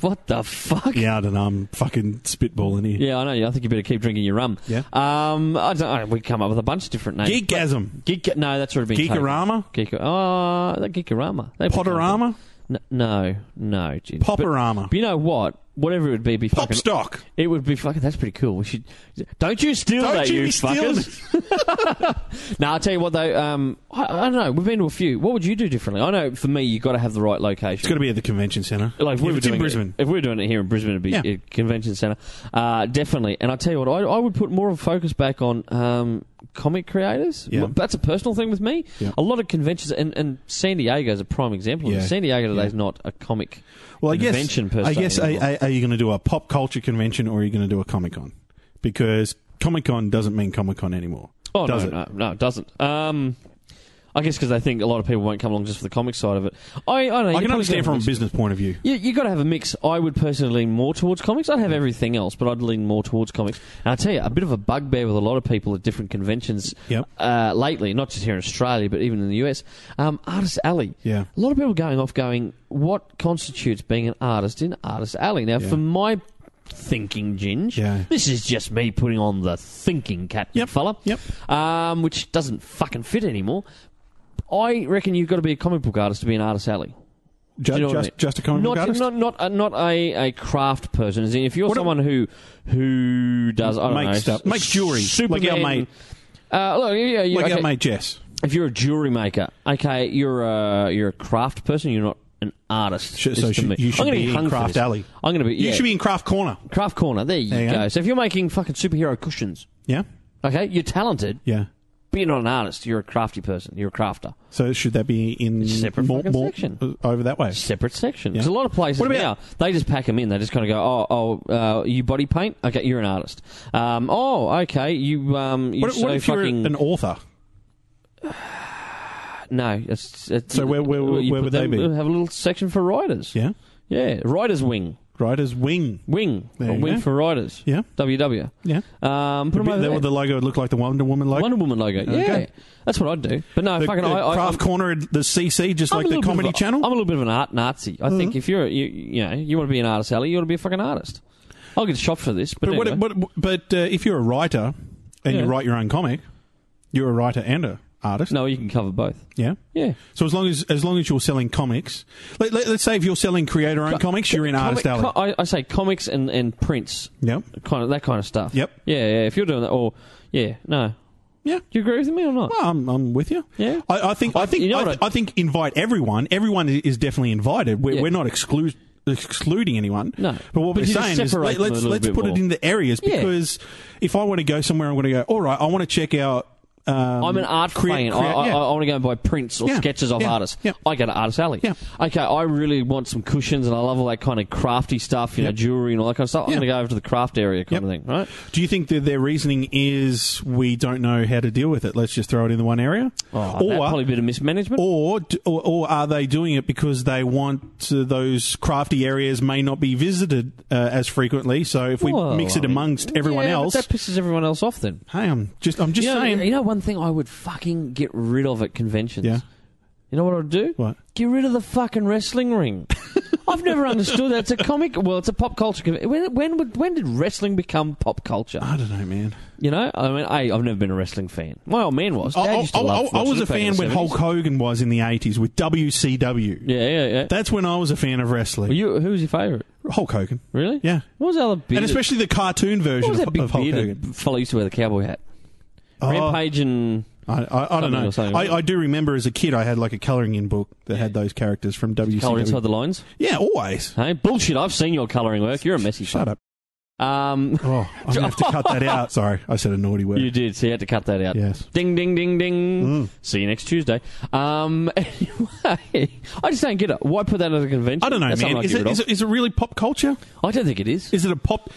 Speaker 1: What the fuck?
Speaker 2: Yeah, I don't know. I'm fucking spitballing here.
Speaker 1: Yeah, I know. I think you better keep drinking your rum.
Speaker 2: Yeah.
Speaker 1: Um, I don't, I, we come up with a bunch of different names.
Speaker 2: Geekgasm,
Speaker 1: Geek. No, that's already been. taken.
Speaker 2: Geekorama,
Speaker 1: Geek. Oh, that Geekorama. They-
Speaker 2: Potorama,
Speaker 1: N- No, no. Geez. But,
Speaker 2: Poporama,
Speaker 1: but you know what? Whatever it would be, it'd be fucking.
Speaker 2: Popstock.
Speaker 1: It would be fucking. That's pretty cool. We should. Don't you steal
Speaker 2: Don't
Speaker 1: that,
Speaker 2: you
Speaker 1: you,
Speaker 2: be stealing
Speaker 1: fuckers! now I tell you what though. Um, I, I don't know. We've been to a few. What would you do differently? I know for me, you have got to have the right
Speaker 2: It's
Speaker 1: location.
Speaker 2: got to be at the convention centre.
Speaker 1: Like if we
Speaker 2: if
Speaker 1: were
Speaker 2: it's
Speaker 1: doing
Speaker 2: in Brisbane.
Speaker 1: It, if we were doing it here in Brisbane, it'd be
Speaker 2: Yeah.
Speaker 1: a convention centre, uh, definitely. And I tell you what, I, I would put more of a focus back on um, comic creators.
Speaker 2: Yeah.
Speaker 1: M- That's a personal thing with me.
Speaker 2: Yeah.
Speaker 1: A lot of conventions, and, and San Diego is a prime example. of
Speaker 2: Yeah.
Speaker 1: this. San Diego
Speaker 2: Yeah.
Speaker 1: today's not a comic.
Speaker 2: Well, I guess
Speaker 1: convention per
Speaker 2: I
Speaker 1: se
Speaker 2: guess are,
Speaker 1: anymore.
Speaker 2: are, are you going to do a pop culture convention or are you going to do a comic con? Because comic con doesn't mean comic con anymore.
Speaker 1: Oh
Speaker 2: Does
Speaker 1: no, no,
Speaker 2: it?
Speaker 1: no, it doesn't. Um, I guess because they think a lot of people won't come along just for the comic side of it. I, I don't know. you
Speaker 2: I can
Speaker 1: probably
Speaker 2: understand
Speaker 1: gotta
Speaker 2: from a
Speaker 1: have a mix.
Speaker 2: business point of view.
Speaker 1: You, you got to have a mix. I would personally lean more towards comics.
Speaker 2: Mm.
Speaker 1: I'd have everything else, but I'd lean more towards comics. And I tell you, a bit of a bugbear with a lot of people at different conventions
Speaker 2: Yep.
Speaker 1: uh, lately, not just here in Australia, but even in the US. Um, Artist Alley.
Speaker 2: Yeah.
Speaker 1: A lot of people going off going, what constitutes being an artist in Artist Alley? Now,
Speaker 2: Yeah.
Speaker 1: for my thinking ginge,
Speaker 2: Yeah.
Speaker 1: this is just me putting on the thinking cap,
Speaker 2: Yep.
Speaker 1: fella.
Speaker 2: Yep.
Speaker 1: Um, which doesn't fucking fit anymore. I reckon you've got to be a comic book artist to be an Artist Alley.
Speaker 2: Ju-
Speaker 1: you know what I
Speaker 2: just,
Speaker 1: mean?
Speaker 2: just a comic
Speaker 1: not,
Speaker 2: book artist.
Speaker 1: Not not uh, not a, a craft person. As in, if you're
Speaker 2: What a-
Speaker 1: someone who who does I don't
Speaker 2: Makes
Speaker 1: know
Speaker 2: stuff-
Speaker 1: s-
Speaker 2: makes jewelry,
Speaker 1: Superman.
Speaker 2: like our mate-
Speaker 1: Uh, look, yeah, you,
Speaker 2: like
Speaker 1: okay.
Speaker 2: our mate Jess.
Speaker 1: If you're a jewelry maker, okay, you're a you're a craft person. You're not an artist.
Speaker 2: Sh-
Speaker 1: is
Speaker 2: so
Speaker 1: to
Speaker 2: sh-
Speaker 1: me.
Speaker 2: you
Speaker 1: I'm
Speaker 2: should
Speaker 1: gonna
Speaker 2: be in
Speaker 1: hung for
Speaker 2: Craft
Speaker 1: this.
Speaker 2: Alley.
Speaker 1: I'm going to be. Yeah,
Speaker 2: You should be in Craft Corner.
Speaker 1: craft corner. There you,
Speaker 2: There you
Speaker 1: go.
Speaker 2: go.
Speaker 1: So if you're making fucking superhero cushions,
Speaker 2: Yeah,
Speaker 1: okay, you're talented,
Speaker 2: yeah.
Speaker 1: but you're not an artist. You're a crafty person. You're a crafter.
Speaker 2: So should that be in
Speaker 1: Separate
Speaker 2: more,
Speaker 1: fucking
Speaker 2: more-
Speaker 1: section.
Speaker 2: uh, over that way?
Speaker 1: separate section.
Speaker 2: Yeah.
Speaker 1: There's a lot of places
Speaker 2: What
Speaker 1: now
Speaker 2: about-
Speaker 1: they just pack them in. They just kind of go, oh, oh, uh, you body paint? Okay, you're an artist. Um, oh, okay, you um, you
Speaker 2: What,
Speaker 1: so
Speaker 2: what if you're
Speaker 1: fucking
Speaker 2: an author?
Speaker 1: no. It's, it's,
Speaker 2: So where- where-
Speaker 1: you
Speaker 2: where
Speaker 1: put
Speaker 2: would they
Speaker 1: them-
Speaker 2: be?
Speaker 1: Have a little section for riders.
Speaker 2: Yeah,
Speaker 1: yeah, riders wing,
Speaker 2: writer's wing.
Speaker 1: wing,
Speaker 2: There
Speaker 1: Or
Speaker 2: you
Speaker 1: wing
Speaker 2: go.
Speaker 1: for riders.
Speaker 2: Yeah,
Speaker 1: WW.
Speaker 2: yeah.
Speaker 1: Um, put them
Speaker 2: Would be-
Speaker 1: over
Speaker 2: that-
Speaker 1: there.
Speaker 2: The logo would look like the Wonder Woman logo.
Speaker 1: Wonder Woman logo.
Speaker 2: Okay.
Speaker 1: Yeah, that's what I'd do. But no,
Speaker 2: the,
Speaker 1: fucking,
Speaker 2: the
Speaker 1: I, I,
Speaker 2: Craft Corner, at the CC, just
Speaker 1: I'm
Speaker 2: like
Speaker 1: a
Speaker 2: the
Speaker 1: little bit
Speaker 2: Comedy
Speaker 1: of a-
Speaker 2: Channel. Mm.
Speaker 1: I'm a little bit of an art Nazi. I think if you're a, you, you know you want to be an artist, alley, you ought to be a fucking artist. I'll get shot for this, but,
Speaker 2: but what,
Speaker 1: anyway.
Speaker 2: what, but uh, if you're a writer and
Speaker 1: Yeah.
Speaker 2: you write your own comic, you're a writer and a artist.
Speaker 1: no, you can cover both.
Speaker 2: Yeah.
Speaker 1: Yeah,
Speaker 2: So as long as as long as you're selling comics, let, let, us say if you're selling creator-owned comics, you're in
Speaker 1: Comic-
Speaker 2: artist alley.
Speaker 1: co- I, I say comics and and prints,
Speaker 2: yep.
Speaker 1: kind of that kind of stuff.
Speaker 2: Yep.
Speaker 1: Yeah, yeah. If you're doing that, or yeah, no.
Speaker 2: Yeah.
Speaker 1: Do you agree with me or not?
Speaker 2: Well, Oh, I'm, I'm with you.
Speaker 1: Yeah.
Speaker 2: I, I think I think
Speaker 1: you know
Speaker 2: I,
Speaker 1: what
Speaker 2: I think invite everyone. Everyone i- is definitely invited. We're,
Speaker 1: Yeah.
Speaker 2: we're not exclu- excluding anyone.
Speaker 1: No.
Speaker 2: But what
Speaker 1: But you
Speaker 2: we're
Speaker 1: just
Speaker 2: saying is
Speaker 1: separate
Speaker 2: let,
Speaker 1: them a
Speaker 2: us
Speaker 1: little
Speaker 2: let's
Speaker 1: bit
Speaker 2: put it
Speaker 1: more.
Speaker 2: in the areas
Speaker 1: Yeah.
Speaker 2: because if I want to go somewhere, I'm going to go. All right, I want to check out. Um,
Speaker 1: I'm an art
Speaker 2: crea-
Speaker 1: fan. I,
Speaker 2: crea-
Speaker 1: I,
Speaker 2: yeah.
Speaker 1: I want to go and buy prints or
Speaker 2: Yeah,
Speaker 1: sketches of
Speaker 2: yeah,
Speaker 1: artists.
Speaker 2: yeah.
Speaker 1: I go to Artist Alley.
Speaker 2: Yeah.
Speaker 1: Okay, I really want some cushions and I love all that kind of crafty stuff, you know,
Speaker 2: Yep.
Speaker 1: jewelry and all that kind of stuff. I'm
Speaker 2: Yeah.
Speaker 1: going to go over to the craft area kind
Speaker 2: Yep.
Speaker 1: of thing, right?
Speaker 2: Do you think that their reasoning is we don't know how to deal with it? Let's just throw it in the one area,
Speaker 1: Oh, that probably a bit of mismanagement.
Speaker 2: or, d- or or are they doing it because they want uh, those crafty areas may not be visited uh, as frequently? So if we
Speaker 1: Well,
Speaker 2: mix
Speaker 1: I
Speaker 2: it
Speaker 1: mean,
Speaker 2: amongst everyone
Speaker 1: yeah, but
Speaker 2: else,
Speaker 1: that pisses everyone else off then.
Speaker 2: hey, I'm just I'm just
Speaker 1: you know,
Speaker 2: saying.
Speaker 1: You know, one thing I would fucking get rid of at conventions.
Speaker 2: Yeah.
Speaker 1: You know what I'd do?
Speaker 2: What?
Speaker 1: Get rid of the fucking wrestling ring. I've never understood that. It's a comic. Well, it's a pop culture. conven- When when would- when did wrestling become pop culture?
Speaker 2: I don't know, man.
Speaker 1: You know, I mean, I, I've never been a wrestling fan. My old man was.
Speaker 2: I,
Speaker 1: Dad
Speaker 2: I,
Speaker 1: used to
Speaker 2: I-
Speaker 1: love
Speaker 2: oh, I- I
Speaker 1: watching
Speaker 2: was
Speaker 1: it
Speaker 2: a
Speaker 1: back in
Speaker 2: fan
Speaker 1: the
Speaker 2: when
Speaker 1: 70s.
Speaker 2: Hulk Hogan was in the '80s with WCW.
Speaker 1: Yeah, yeah, yeah.
Speaker 2: That's when I was a fan of
Speaker 1: Were
Speaker 2: wrestling.
Speaker 1: you, who was your favourite?
Speaker 2: Hulk Hogan,
Speaker 1: Really?
Speaker 2: yeah,
Speaker 1: What was that other bearded?
Speaker 2: and especially the cartoon
Speaker 1: what
Speaker 2: version
Speaker 1: was
Speaker 2: of,
Speaker 1: that big
Speaker 2: of Hulk
Speaker 1: bearded
Speaker 2: Hogan.
Speaker 1: fellow used to wear the cowboy hat?
Speaker 2: Oh,
Speaker 1: Rampage and
Speaker 2: I, I, I don't
Speaker 1: Something
Speaker 2: know.
Speaker 1: or something.
Speaker 2: I, I do remember as a kid, I had like a colouring in book that had those characters from
Speaker 1: Colour Inside
Speaker 2: WCW.
Speaker 1: the Lines.
Speaker 2: Yeah, always.
Speaker 1: Hey, bullshit! I've seen your colouring work. You're a messy.
Speaker 2: Shut up.
Speaker 1: fuck. Um,
Speaker 2: Oh, I'm gonna have to cut that out. Sorry, I said a naughty word.
Speaker 1: you did, so you had to cut that out.
Speaker 2: yes.
Speaker 1: Ding, ding, ding, ding.
Speaker 2: Mm.
Speaker 1: See you next Tuesday. Um, anyway, I just don't get it. Why put that at a convention?
Speaker 2: I don't know,
Speaker 1: That's something
Speaker 2: man.
Speaker 1: I'd
Speaker 2: Is
Speaker 1: get
Speaker 2: it,
Speaker 1: rid
Speaker 2: is,
Speaker 1: of.
Speaker 2: it, is it really pop culture?
Speaker 1: I don't think it is.
Speaker 2: Is it a pop?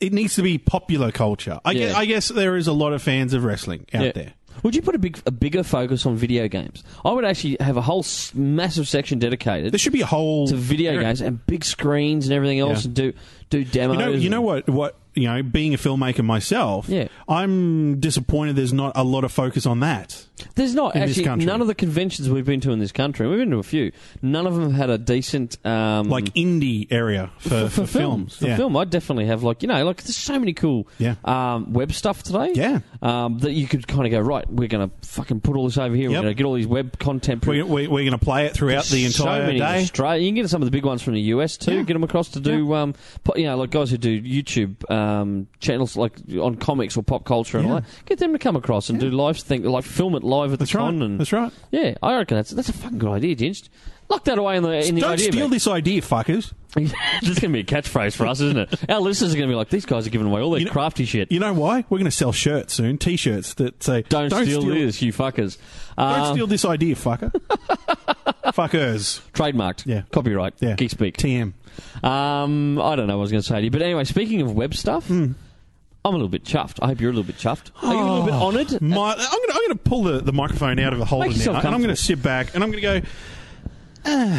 Speaker 2: It needs to be popular culture. I, guess,
Speaker 1: Yeah.
Speaker 2: I guess there is a lot of fans of wrestling out
Speaker 1: Yeah.
Speaker 2: there.
Speaker 1: Would you put a big, a bigger focus on video games? I would actually have a whole s- massive section dedicated
Speaker 2: There should be a whole.
Speaker 1: to video games and big screens and everything else,
Speaker 2: Yeah.
Speaker 1: and do do demos.
Speaker 2: You know, you know
Speaker 1: and-
Speaker 2: what? What you know, being a filmmaker myself,
Speaker 1: Yeah.
Speaker 2: I'm disappointed. There's not a lot of focus on that.
Speaker 1: There's not
Speaker 2: in this
Speaker 1: actually
Speaker 2: country?
Speaker 1: none of the conventions we've been to in this country. We've been to a few. None of them had a decent um,
Speaker 2: Like indie area for, for, films.
Speaker 1: For
Speaker 2: yeah.
Speaker 1: film, I definitely have like you know like there's so many cool
Speaker 2: Yeah.
Speaker 1: um, web stuff today.
Speaker 2: Yeah.
Speaker 1: um, that you could kind of go right. We're going to fucking put all this over here.
Speaker 2: Yep.
Speaker 1: We're going to get all these web content.
Speaker 2: We, we, we're going to play it throughout the
Speaker 1: So
Speaker 2: entire
Speaker 1: many in
Speaker 2: day.
Speaker 1: Australia. You can get some of the big ones from the US too.
Speaker 2: Yeah.
Speaker 1: Get them across to do, um, po- you know, like guys who do YouTube um, channels like on comics or pop culture and all
Speaker 2: Yeah.
Speaker 1: that. Get them to come across and do live thing, like film it live at
Speaker 2: That's
Speaker 1: the
Speaker 2: right.
Speaker 1: con. And
Speaker 2: That's right.
Speaker 1: yeah, I reckon that's that's a fucking good idea, Ginge. Lock that away in the in the
Speaker 2: Don't
Speaker 1: idea.
Speaker 2: steal
Speaker 1: bank.
Speaker 2: this idea, fuckers.
Speaker 1: This is going to be a catchphrase for us, isn't it? Our listeners are going to be like, these guys are giving away all their
Speaker 2: You know-
Speaker 1: crafty shit.
Speaker 2: You know why? We're going to sell shirts soon, t-shirts that say
Speaker 1: don't, steal, this, you fuckers.
Speaker 2: Don't
Speaker 1: Uh,
Speaker 2: steal this idea, fucker." Fuckers.
Speaker 1: Trademarked.
Speaker 2: Yeah.
Speaker 1: Copyright.
Speaker 2: Yeah.
Speaker 1: Geek speak.
Speaker 2: TM. Hmm.
Speaker 1: Um, I don't know what I was going to say to you. But anyway, speaking of web stuff, I'm a little bit chuffed. I hope you're a little bit chuffed. Are you a little bit
Speaker 2: Oh,
Speaker 1: honoured?
Speaker 2: My, I'm going I'm to pull the, the microphone out of a holder
Speaker 1: Make yourself
Speaker 2: now, and I'm going
Speaker 1: comfortable.
Speaker 2: to sit back and I'm going to go.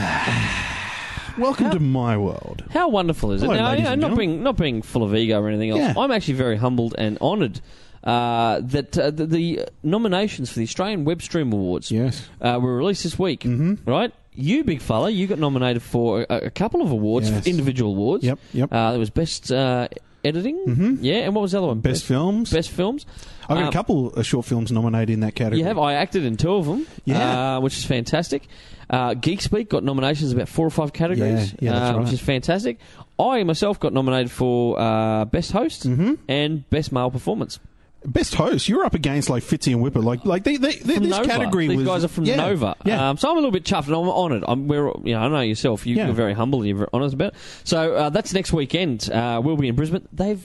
Speaker 2: "Ah, welcome to my world.
Speaker 1: How wonderful is it?
Speaker 2: Hello,
Speaker 1: now,
Speaker 2: ladies
Speaker 1: you know,
Speaker 2: and
Speaker 1: not
Speaker 2: gentlemen.
Speaker 1: being not being full of ego or anything else.
Speaker 2: Yeah.
Speaker 1: I'm actually very humbled and honoured uh, that uh, the, the nominations for the Australian Webstream Awards
Speaker 2: Yes.
Speaker 1: uh, were released this week. Mm-hmm. Right, you big fella, you got nominated for a, a couple of awards,
Speaker 2: Yes.
Speaker 1: individual awards.
Speaker 2: Yep, yep.
Speaker 1: Uh, there was best uh, editing. Mm-hmm. Yeah, and what was the other one?
Speaker 2: Best films.
Speaker 1: best films.
Speaker 2: I've got
Speaker 1: Um,
Speaker 2: a couple of short films nominated in that category.
Speaker 1: You have. I acted in two of them,
Speaker 2: Yeah.
Speaker 1: uh, which is fantastic. Uh, Geek Speak got nominations in about four or five categories,
Speaker 2: Yeah, yeah, that's
Speaker 1: uh, which
Speaker 2: right.
Speaker 1: is fantastic. I myself got nominated for uh, Best Host
Speaker 2: Mm-hmm.
Speaker 1: and Best Male Performance.
Speaker 2: Best host. You're up against like Fitzy and Whipper. Like, like they, they, they,
Speaker 1: From
Speaker 2: this
Speaker 1: Nova.
Speaker 2: category
Speaker 1: These
Speaker 2: was.
Speaker 1: guys are from
Speaker 2: yeah,
Speaker 1: Nova.
Speaker 2: Yeah.
Speaker 1: Um, so I'm a little bit chuffed and I'm honoured. I'm, we're, you know, I know yourself. You,
Speaker 2: Yeah.
Speaker 1: You're very humble and you're very honest about it. So uh, that's next weekend. Uh, we'll be in Brisbane. They've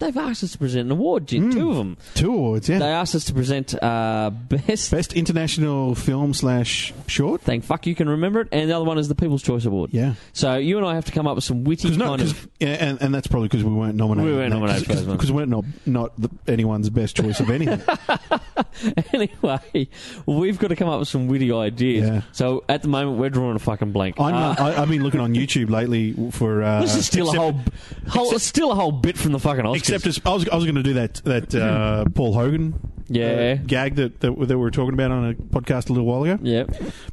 Speaker 1: they've asked us to present an award, Jim, two of them.
Speaker 2: Two awards. Mm. Yeah.
Speaker 1: They asked us to present uh, Best
Speaker 2: Best international film slash short.
Speaker 1: Thank fuck you can remember it, and the other one is the People's Choice Award.
Speaker 2: Yeah.
Speaker 1: So you and I have to come up with some witty
Speaker 2: Because no,
Speaker 1: kind
Speaker 2: 'cause-
Speaker 1: of.
Speaker 2: yeah, and, and that's probably because we weren't nominated.
Speaker 1: We weren't nominated for that one.
Speaker 2: because we're not not the, anyone's best choice of anything.
Speaker 1: Anyway, we've got to come up with some witty ideas.
Speaker 2: Yeah.
Speaker 1: So at the moment, we're drawing a fucking blank.
Speaker 2: I'm,
Speaker 1: Uh,
Speaker 2: I, I've been looking on YouTube lately for. Uh,
Speaker 1: this is still
Speaker 2: except,
Speaker 1: a whole, whole
Speaker 2: except-
Speaker 1: still a whole bit from the fucking Oscars.
Speaker 2: Except it's, I was I was going to do that that uh, Paul Hogan.
Speaker 1: Yeah.
Speaker 2: uh, gag that, that that we were talking about on a podcast a little while ago,
Speaker 1: yeah,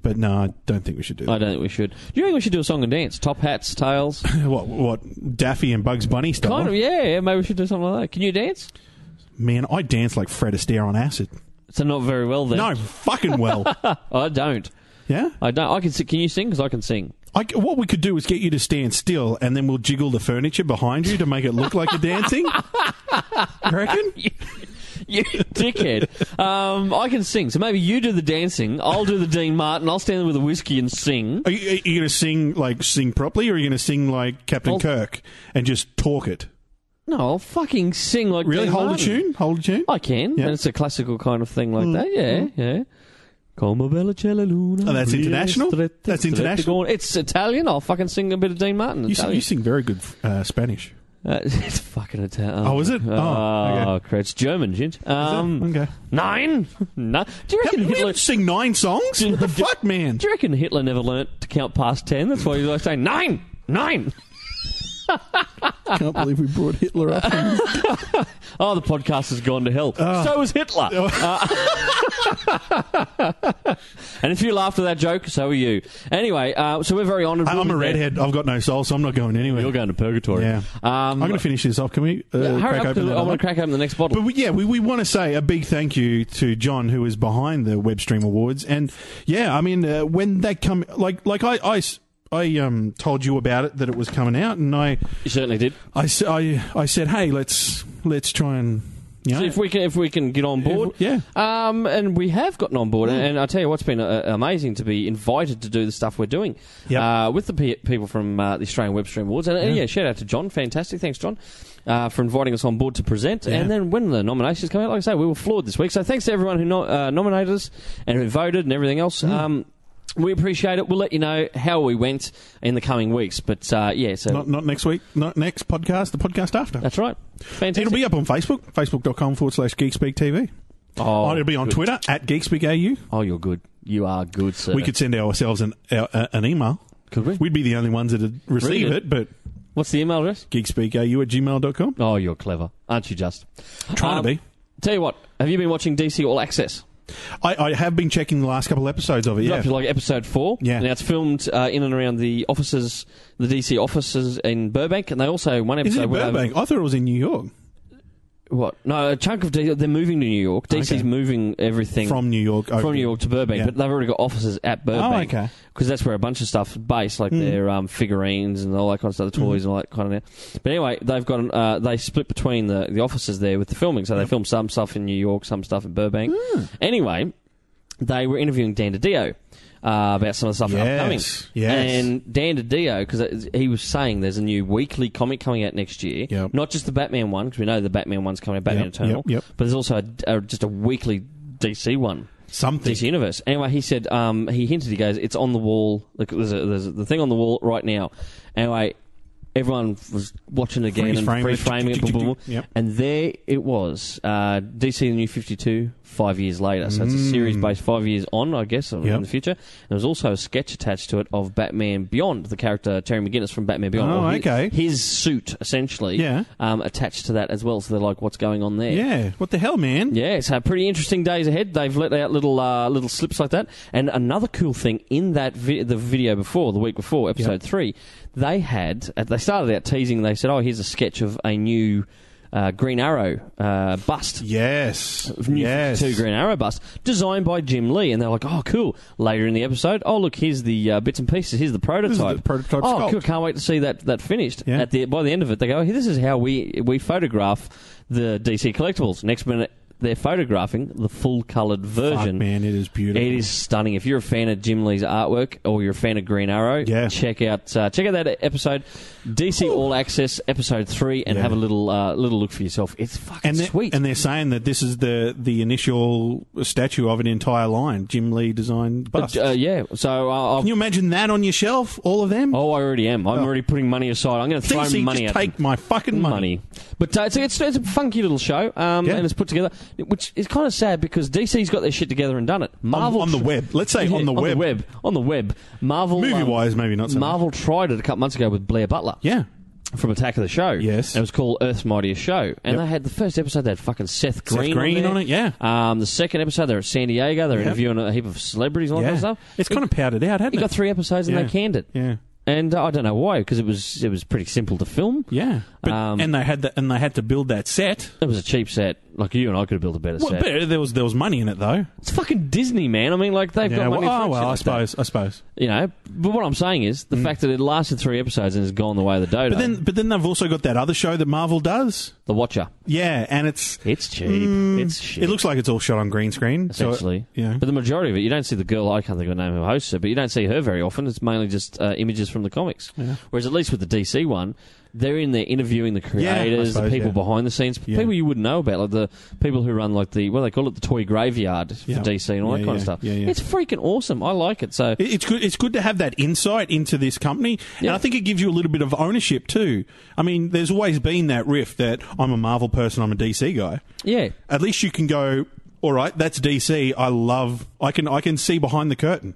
Speaker 2: but no, I don't think we should do
Speaker 1: I
Speaker 2: that.
Speaker 1: don't think we should. Do you think we should do a song and dance? Top hats, tails,
Speaker 2: What what Daffy and Bugs Bunny style?
Speaker 1: kind of. Yeah, yeah, maybe we should do something like that. Can you dance?
Speaker 2: Man, I dance like Fred Astaire on acid.
Speaker 1: So not very well then.
Speaker 2: No, fucking well.
Speaker 1: I don't.
Speaker 2: yeah.
Speaker 1: I don't. I can. si- Can you sing? Because I can sing.
Speaker 2: I, what we could do is get you to stand still, and then we'll jiggle the furniture behind you to make it look like you're dancing. You reckon?
Speaker 1: You dickhead. Um, I can sing, so maybe you do the dancing. I'll do the Dean Martin. I'll stand there with a whiskey and sing.
Speaker 2: Are you, are you going to sing like sing properly, or are you going to sing like Captain
Speaker 1: I'll-
Speaker 2: Kirk and just talk it?
Speaker 1: No, I'll fucking sing like
Speaker 2: Really,
Speaker 1: Dean
Speaker 2: hold
Speaker 1: Martin.
Speaker 2: a tune. Hold a tune.
Speaker 1: I can.
Speaker 2: Yeah. Mm.
Speaker 1: And it's a classical kind of thing like that. Yeah, yeah. Come bella cella luna.
Speaker 2: Oh, that's
Speaker 1: brilla
Speaker 2: international?
Speaker 1: strette-
Speaker 2: That's
Speaker 1: strette-
Speaker 2: international?
Speaker 1: It's Italian. I'll fucking sing a bit of Dean Martin.
Speaker 2: you, sing, you
Speaker 1: Italian.
Speaker 2: sing very good uh, Spanish.
Speaker 1: Uh, it's fucking Italian.
Speaker 2: Oh, is it? Oh, okay.
Speaker 1: crap. It's German, shit. Um,
Speaker 2: okay.
Speaker 1: Nine? no. Do you
Speaker 2: How,
Speaker 1: reckon
Speaker 2: you
Speaker 1: Hitler...
Speaker 2: don't sing nine songs? What the fuck, man?
Speaker 1: Do you reckon Hitler never learnt to count past ten? That's why he's always saying nine, nine.
Speaker 2: I can't believe we brought Hitler up.
Speaker 1: Oh, the podcast has gone to hell.
Speaker 2: Ah.
Speaker 1: so was Hitler.
Speaker 2: Oh.
Speaker 1: Uh, and if you laughed at that joke, so are you. Anyway, uh, so we're very honoured.
Speaker 2: I'm
Speaker 1: We'll
Speaker 2: a
Speaker 1: be there.
Speaker 2: redhead. I've got no soul, so I'm not going anywhere.
Speaker 1: You're going to purgatory.
Speaker 2: Yeah.
Speaker 1: Um,
Speaker 2: I'm going to finish this off. Can we uh,
Speaker 1: hurry
Speaker 2: crack
Speaker 1: up, oh 'cause
Speaker 2: open
Speaker 1: I
Speaker 2: another
Speaker 1: want
Speaker 2: one?
Speaker 1: to crack open the next bottle.
Speaker 2: But we, yeah, we, we want to say a big thank you to John, who is behind the WebStream Awards, and yeah, I mean, uh, when they come, like, like I, I s- I, um, told you about it that it was coming out, and I,
Speaker 1: you certainly did.
Speaker 2: I, s- I- I said, hey, let's let's try and, you know,
Speaker 1: So if we can, if we can get on board,
Speaker 2: yeah. Mm.
Speaker 1: Um, and we have gotten on board, and, and I tell you what's been uh, amazing to be invited to do the stuff we're doing
Speaker 2: Yep.
Speaker 1: uh, with the pe- people from uh, the Australian Webstream Awards, and, and yeah, shout out to John, fantastic, thanks John. Uh, for inviting us on board to present, and then when the nominations come out, like I say, we were floored this week. So thanks to everyone who no- uh, nominated us and who voted and everything else.
Speaker 2: Mm.
Speaker 1: Um, we appreciate it. We'll let you know how we went in the coming weeks. But uh, yeah, so
Speaker 2: not not next week, not next podcast, the podcast after.
Speaker 1: that's right. Fantastic.
Speaker 2: It'll be up on Facebook, facebook.com forward slash GeekSpeakTV.
Speaker 1: oh,
Speaker 2: Oh, it'll be on
Speaker 1: good.
Speaker 2: Twitter at GeekSpeakAU.
Speaker 1: Oh, you're good. You are good, sir.
Speaker 2: We could send ourselves an our, uh, an email.
Speaker 1: Could we?
Speaker 2: We'd be the only ones that'd receive
Speaker 1: Read
Speaker 2: it, but
Speaker 1: What's the email address?
Speaker 2: geekspeakau at gmail.com.
Speaker 1: Oh, you're clever, aren't you? Just
Speaker 2: Trying
Speaker 1: Um,
Speaker 2: to be.
Speaker 1: Tell you what, have you been watching DC All Access?
Speaker 2: I, I have been checking the last couple episodes of it.
Speaker 1: You're
Speaker 2: Yeah,
Speaker 1: Up to like episode four.
Speaker 2: Yeah.
Speaker 1: Now it's filmed uh, in and around the offices, the DC offices in Burbank, and they also one
Speaker 2: is
Speaker 1: episode.
Speaker 2: it in
Speaker 1: where they-
Speaker 2: Burbank? I thought it was in New York.
Speaker 1: What? No, a chunk of D- they're moving to New York. DC's
Speaker 2: Okay.
Speaker 1: moving everything
Speaker 2: From Oh, New York.
Speaker 1: from New York to Burbank,
Speaker 2: Yeah.
Speaker 1: but they've already got offices at Burbank.
Speaker 2: okay.
Speaker 1: Because that's where a bunch of stuff is based,
Speaker 2: Mm.
Speaker 1: like their um, figurines and all that kind of stuff, the
Speaker 2: Mm-hmm.
Speaker 1: toys and all that kind of. But anyway, they've got an, uh, they split between the the offices there with the filming, so they filmed some stuff in New York, some stuff in Burbank.
Speaker 2: Mm.
Speaker 1: Anyway, they were interviewing Dan DiDio. Uh, about some of the stuff
Speaker 2: Yes,
Speaker 1: upcoming,
Speaker 2: yes.
Speaker 1: and Dan DiDio because he was saying there's a new weekly comic coming out next year,
Speaker 2: Yep.
Speaker 1: not just the Batman one because we know the Batman one's coming out, Batman
Speaker 2: Yep,
Speaker 1: Eternal,
Speaker 2: yep, yep.
Speaker 1: but there's also a, a, just a weekly DC one.
Speaker 2: Something.
Speaker 1: DC Universe. Anyway, he said um, he hinted. He goes, "It's on the wall. Look, there's, a, there's a, the thing on the wall right now." Anyway, everyone was watching again
Speaker 2: Freeze
Speaker 1: and
Speaker 2: frame
Speaker 1: free
Speaker 2: it.
Speaker 1: framing it,
Speaker 2: Tick, tick,
Speaker 1: boom, boom, boom.
Speaker 2: tick, tick. Yep.
Speaker 1: and there it was. Uh, DC the New Fifty Two five years later, so it's a
Speaker 2: Mm.
Speaker 1: series based five years on, I guess, or
Speaker 2: Yep.
Speaker 1: in the future. And there was also a sketch attached to it of Batman Beyond, the character Terry McGinnis from Batman Beyond.
Speaker 2: Oh,
Speaker 1: or hi-
Speaker 2: okay.
Speaker 1: his, suit essentially,
Speaker 2: Yeah.
Speaker 1: um, attached to that as well. So they're like, what's going on there?
Speaker 2: Yeah. What the hell, man?
Speaker 1: Yeah, so pretty interesting days ahead. They've let out little uh, little slips like that. And another cool thing in that vi- the video before the week before episode
Speaker 2: Yep.
Speaker 1: three, they had uh, they started out teasing. They said, "Oh, here's a sketch of a new uh, Green Arrow uh, bust."
Speaker 2: Yes.
Speaker 1: New
Speaker 2: yes.
Speaker 1: 52 Green Arrow bust, designed by Jim Lee, and they're like, "Oh, cool!" Later in the episode, "Oh, look, here's the uh, bits and pieces. Here's the
Speaker 2: This is
Speaker 1: prototype.
Speaker 2: the prototype
Speaker 1: Oh,
Speaker 2: sculpt.
Speaker 1: cool! Can't wait to see that that finished.
Speaker 2: Yeah.
Speaker 1: At the by the end of it, they go, "Hey, this is how we we photograph the DC collectibles." Next minute, they're photographing the full coloured
Speaker 2: Fuck,
Speaker 1: version.
Speaker 2: man, it is beautiful.
Speaker 1: it is stunning. If you're a fan of Jim Lee's artwork or you're a fan of Green Arrow,
Speaker 2: Yeah.
Speaker 1: check out uh, check out that episode, DC All Access episode three, and
Speaker 2: Yeah.
Speaker 1: have a little uh, little look for yourself. It's fucking
Speaker 2: And they're,
Speaker 1: sweet.
Speaker 2: and they're saying that this is the the initial statue of an entire line. Jim Lee designed bust.
Speaker 1: Uh, yeah, so uh, I've
Speaker 2: Can you imagine that on your shelf? All of them.
Speaker 1: Oh, I already am. I'm
Speaker 2: Oh.
Speaker 1: already putting money aside. I'm going to throw
Speaker 2: DC,
Speaker 1: money
Speaker 2: just
Speaker 1: at
Speaker 2: take
Speaker 1: them.
Speaker 2: my fucking money.
Speaker 1: But uh, it's, it's, it's a funky little show, um,
Speaker 2: Yeah.
Speaker 1: and it's put together, which is kind of sad because DC's got their shit together and done it. Marvel
Speaker 2: on the web. Let's say
Speaker 1: Yeah,
Speaker 2: on the web.
Speaker 1: on the web. Marvel
Speaker 2: Movie
Speaker 1: um,
Speaker 2: wise, maybe not. So much.
Speaker 1: Marvel tried it a couple months ago with Blair Butler
Speaker 2: Yeah.
Speaker 1: from Attack of the Show.
Speaker 2: Yes.
Speaker 1: And it was called Earth's Mightiest Show, and
Speaker 2: Yep.
Speaker 1: they had the first episode. They had fucking Seth
Speaker 2: Seth
Speaker 1: Green,
Speaker 2: Green
Speaker 1: there.
Speaker 2: on it. Yeah.
Speaker 1: Um, the second episode, they're at San Diego. They're
Speaker 2: Yep.
Speaker 1: interviewing a heap of celebrities and all
Speaker 2: yeah.
Speaker 1: that kind of stuff.
Speaker 2: It's kind of powdered out,
Speaker 1: It
Speaker 2: hadn't
Speaker 1: got
Speaker 2: it?
Speaker 1: three episodes, and
Speaker 2: Yeah.
Speaker 1: they canned it.
Speaker 2: Yeah.
Speaker 1: And uh, I don't know why, because it was it was pretty simple to film.
Speaker 2: Yeah. But,
Speaker 1: Um,
Speaker 2: and they had the, and they had to build that set.
Speaker 1: It was a cheap set. Like you and I could have built a better
Speaker 2: Well,
Speaker 1: set.
Speaker 2: but there was there was money in it though.
Speaker 1: It's fucking Disney, man. I mean, like they've
Speaker 2: Yeah,
Speaker 1: got
Speaker 2: well,
Speaker 1: money. for
Speaker 2: oh
Speaker 1: shit
Speaker 2: well, I
Speaker 1: like that.
Speaker 2: suppose. I suppose.
Speaker 1: You know, but what I'm saying is the fact that it lasted three episodes and has gone the way of the dodo.
Speaker 2: But then, but then they've also got that other show that Marvel does.
Speaker 1: the Watcher,
Speaker 2: Yeah, and it's mm,
Speaker 1: it's cheap. it's shit.
Speaker 2: it looks like it's all shot on green screen. so Mm-hmm. it-
Speaker 1: essentially.
Speaker 2: yeah.
Speaker 1: But the majority of it, you don't see the girl. I can't think of the name who hosts it, but you don't see her very often. It's mainly just uh, images from the comics. Whereas at least with the DC one, they're in there interviewing the
Speaker 2: Yeah, I
Speaker 1: creators, the
Speaker 2: suppose,
Speaker 1: people
Speaker 2: yeah.
Speaker 1: behind the scenes,
Speaker 2: Yeah.
Speaker 1: people you wouldn't know about, like the people who run like the what do they call it, the toy graveyard for
Speaker 2: Yeah.
Speaker 1: DC and all that
Speaker 2: Yeah,
Speaker 1: kind of
Speaker 2: yeah,
Speaker 1: stuff.
Speaker 2: yeah, yeah.
Speaker 1: It's freaking awesome. I like it. So
Speaker 2: It- It's good. It's good to have that insight into this company,
Speaker 1: Yeah.
Speaker 2: and I think it gives you a little bit of ownership too. I mean, there's always been that rift that I'm a Marvel person, I'm a DC guy.
Speaker 1: yeah,
Speaker 2: At least you can go, all right, that's DC. I love. I can. I can see behind the curtain.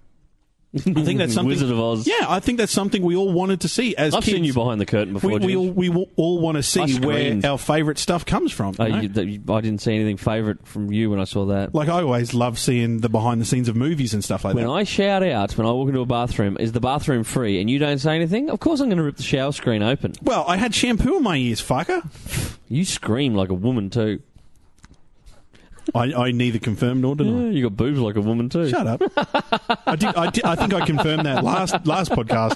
Speaker 2: I think that's something.
Speaker 1: Mm, Wizard of Oz.
Speaker 2: Yeah, I think that's something we all wanted to see as
Speaker 1: I've
Speaker 2: kids.
Speaker 1: seen you behind the curtain before.
Speaker 2: we, we
Speaker 1: Jim.
Speaker 2: all we wa- all want to see where
Speaker 1: screamed.
Speaker 2: our favourite stuff comes from.
Speaker 1: Oh,
Speaker 2: you know?
Speaker 1: you- that you- I didn't see anything favourite from you when I saw that.
Speaker 2: Like I always love seeing the behind the scenes of movies and stuff like
Speaker 1: When
Speaker 2: that.
Speaker 1: I shout out, when I walk into a bathroom, is the bathroom free and you don't say anything? Of course I'm going to rip the shower screen open.
Speaker 2: well, I had shampoo in my ears, fucker.
Speaker 1: You scream like a woman too.
Speaker 2: I, I neither confirm nor deny.
Speaker 1: Yeah, you got boobs like a woman too.
Speaker 2: Shut up. I, did, I, did, I think I confirmed that last last podcast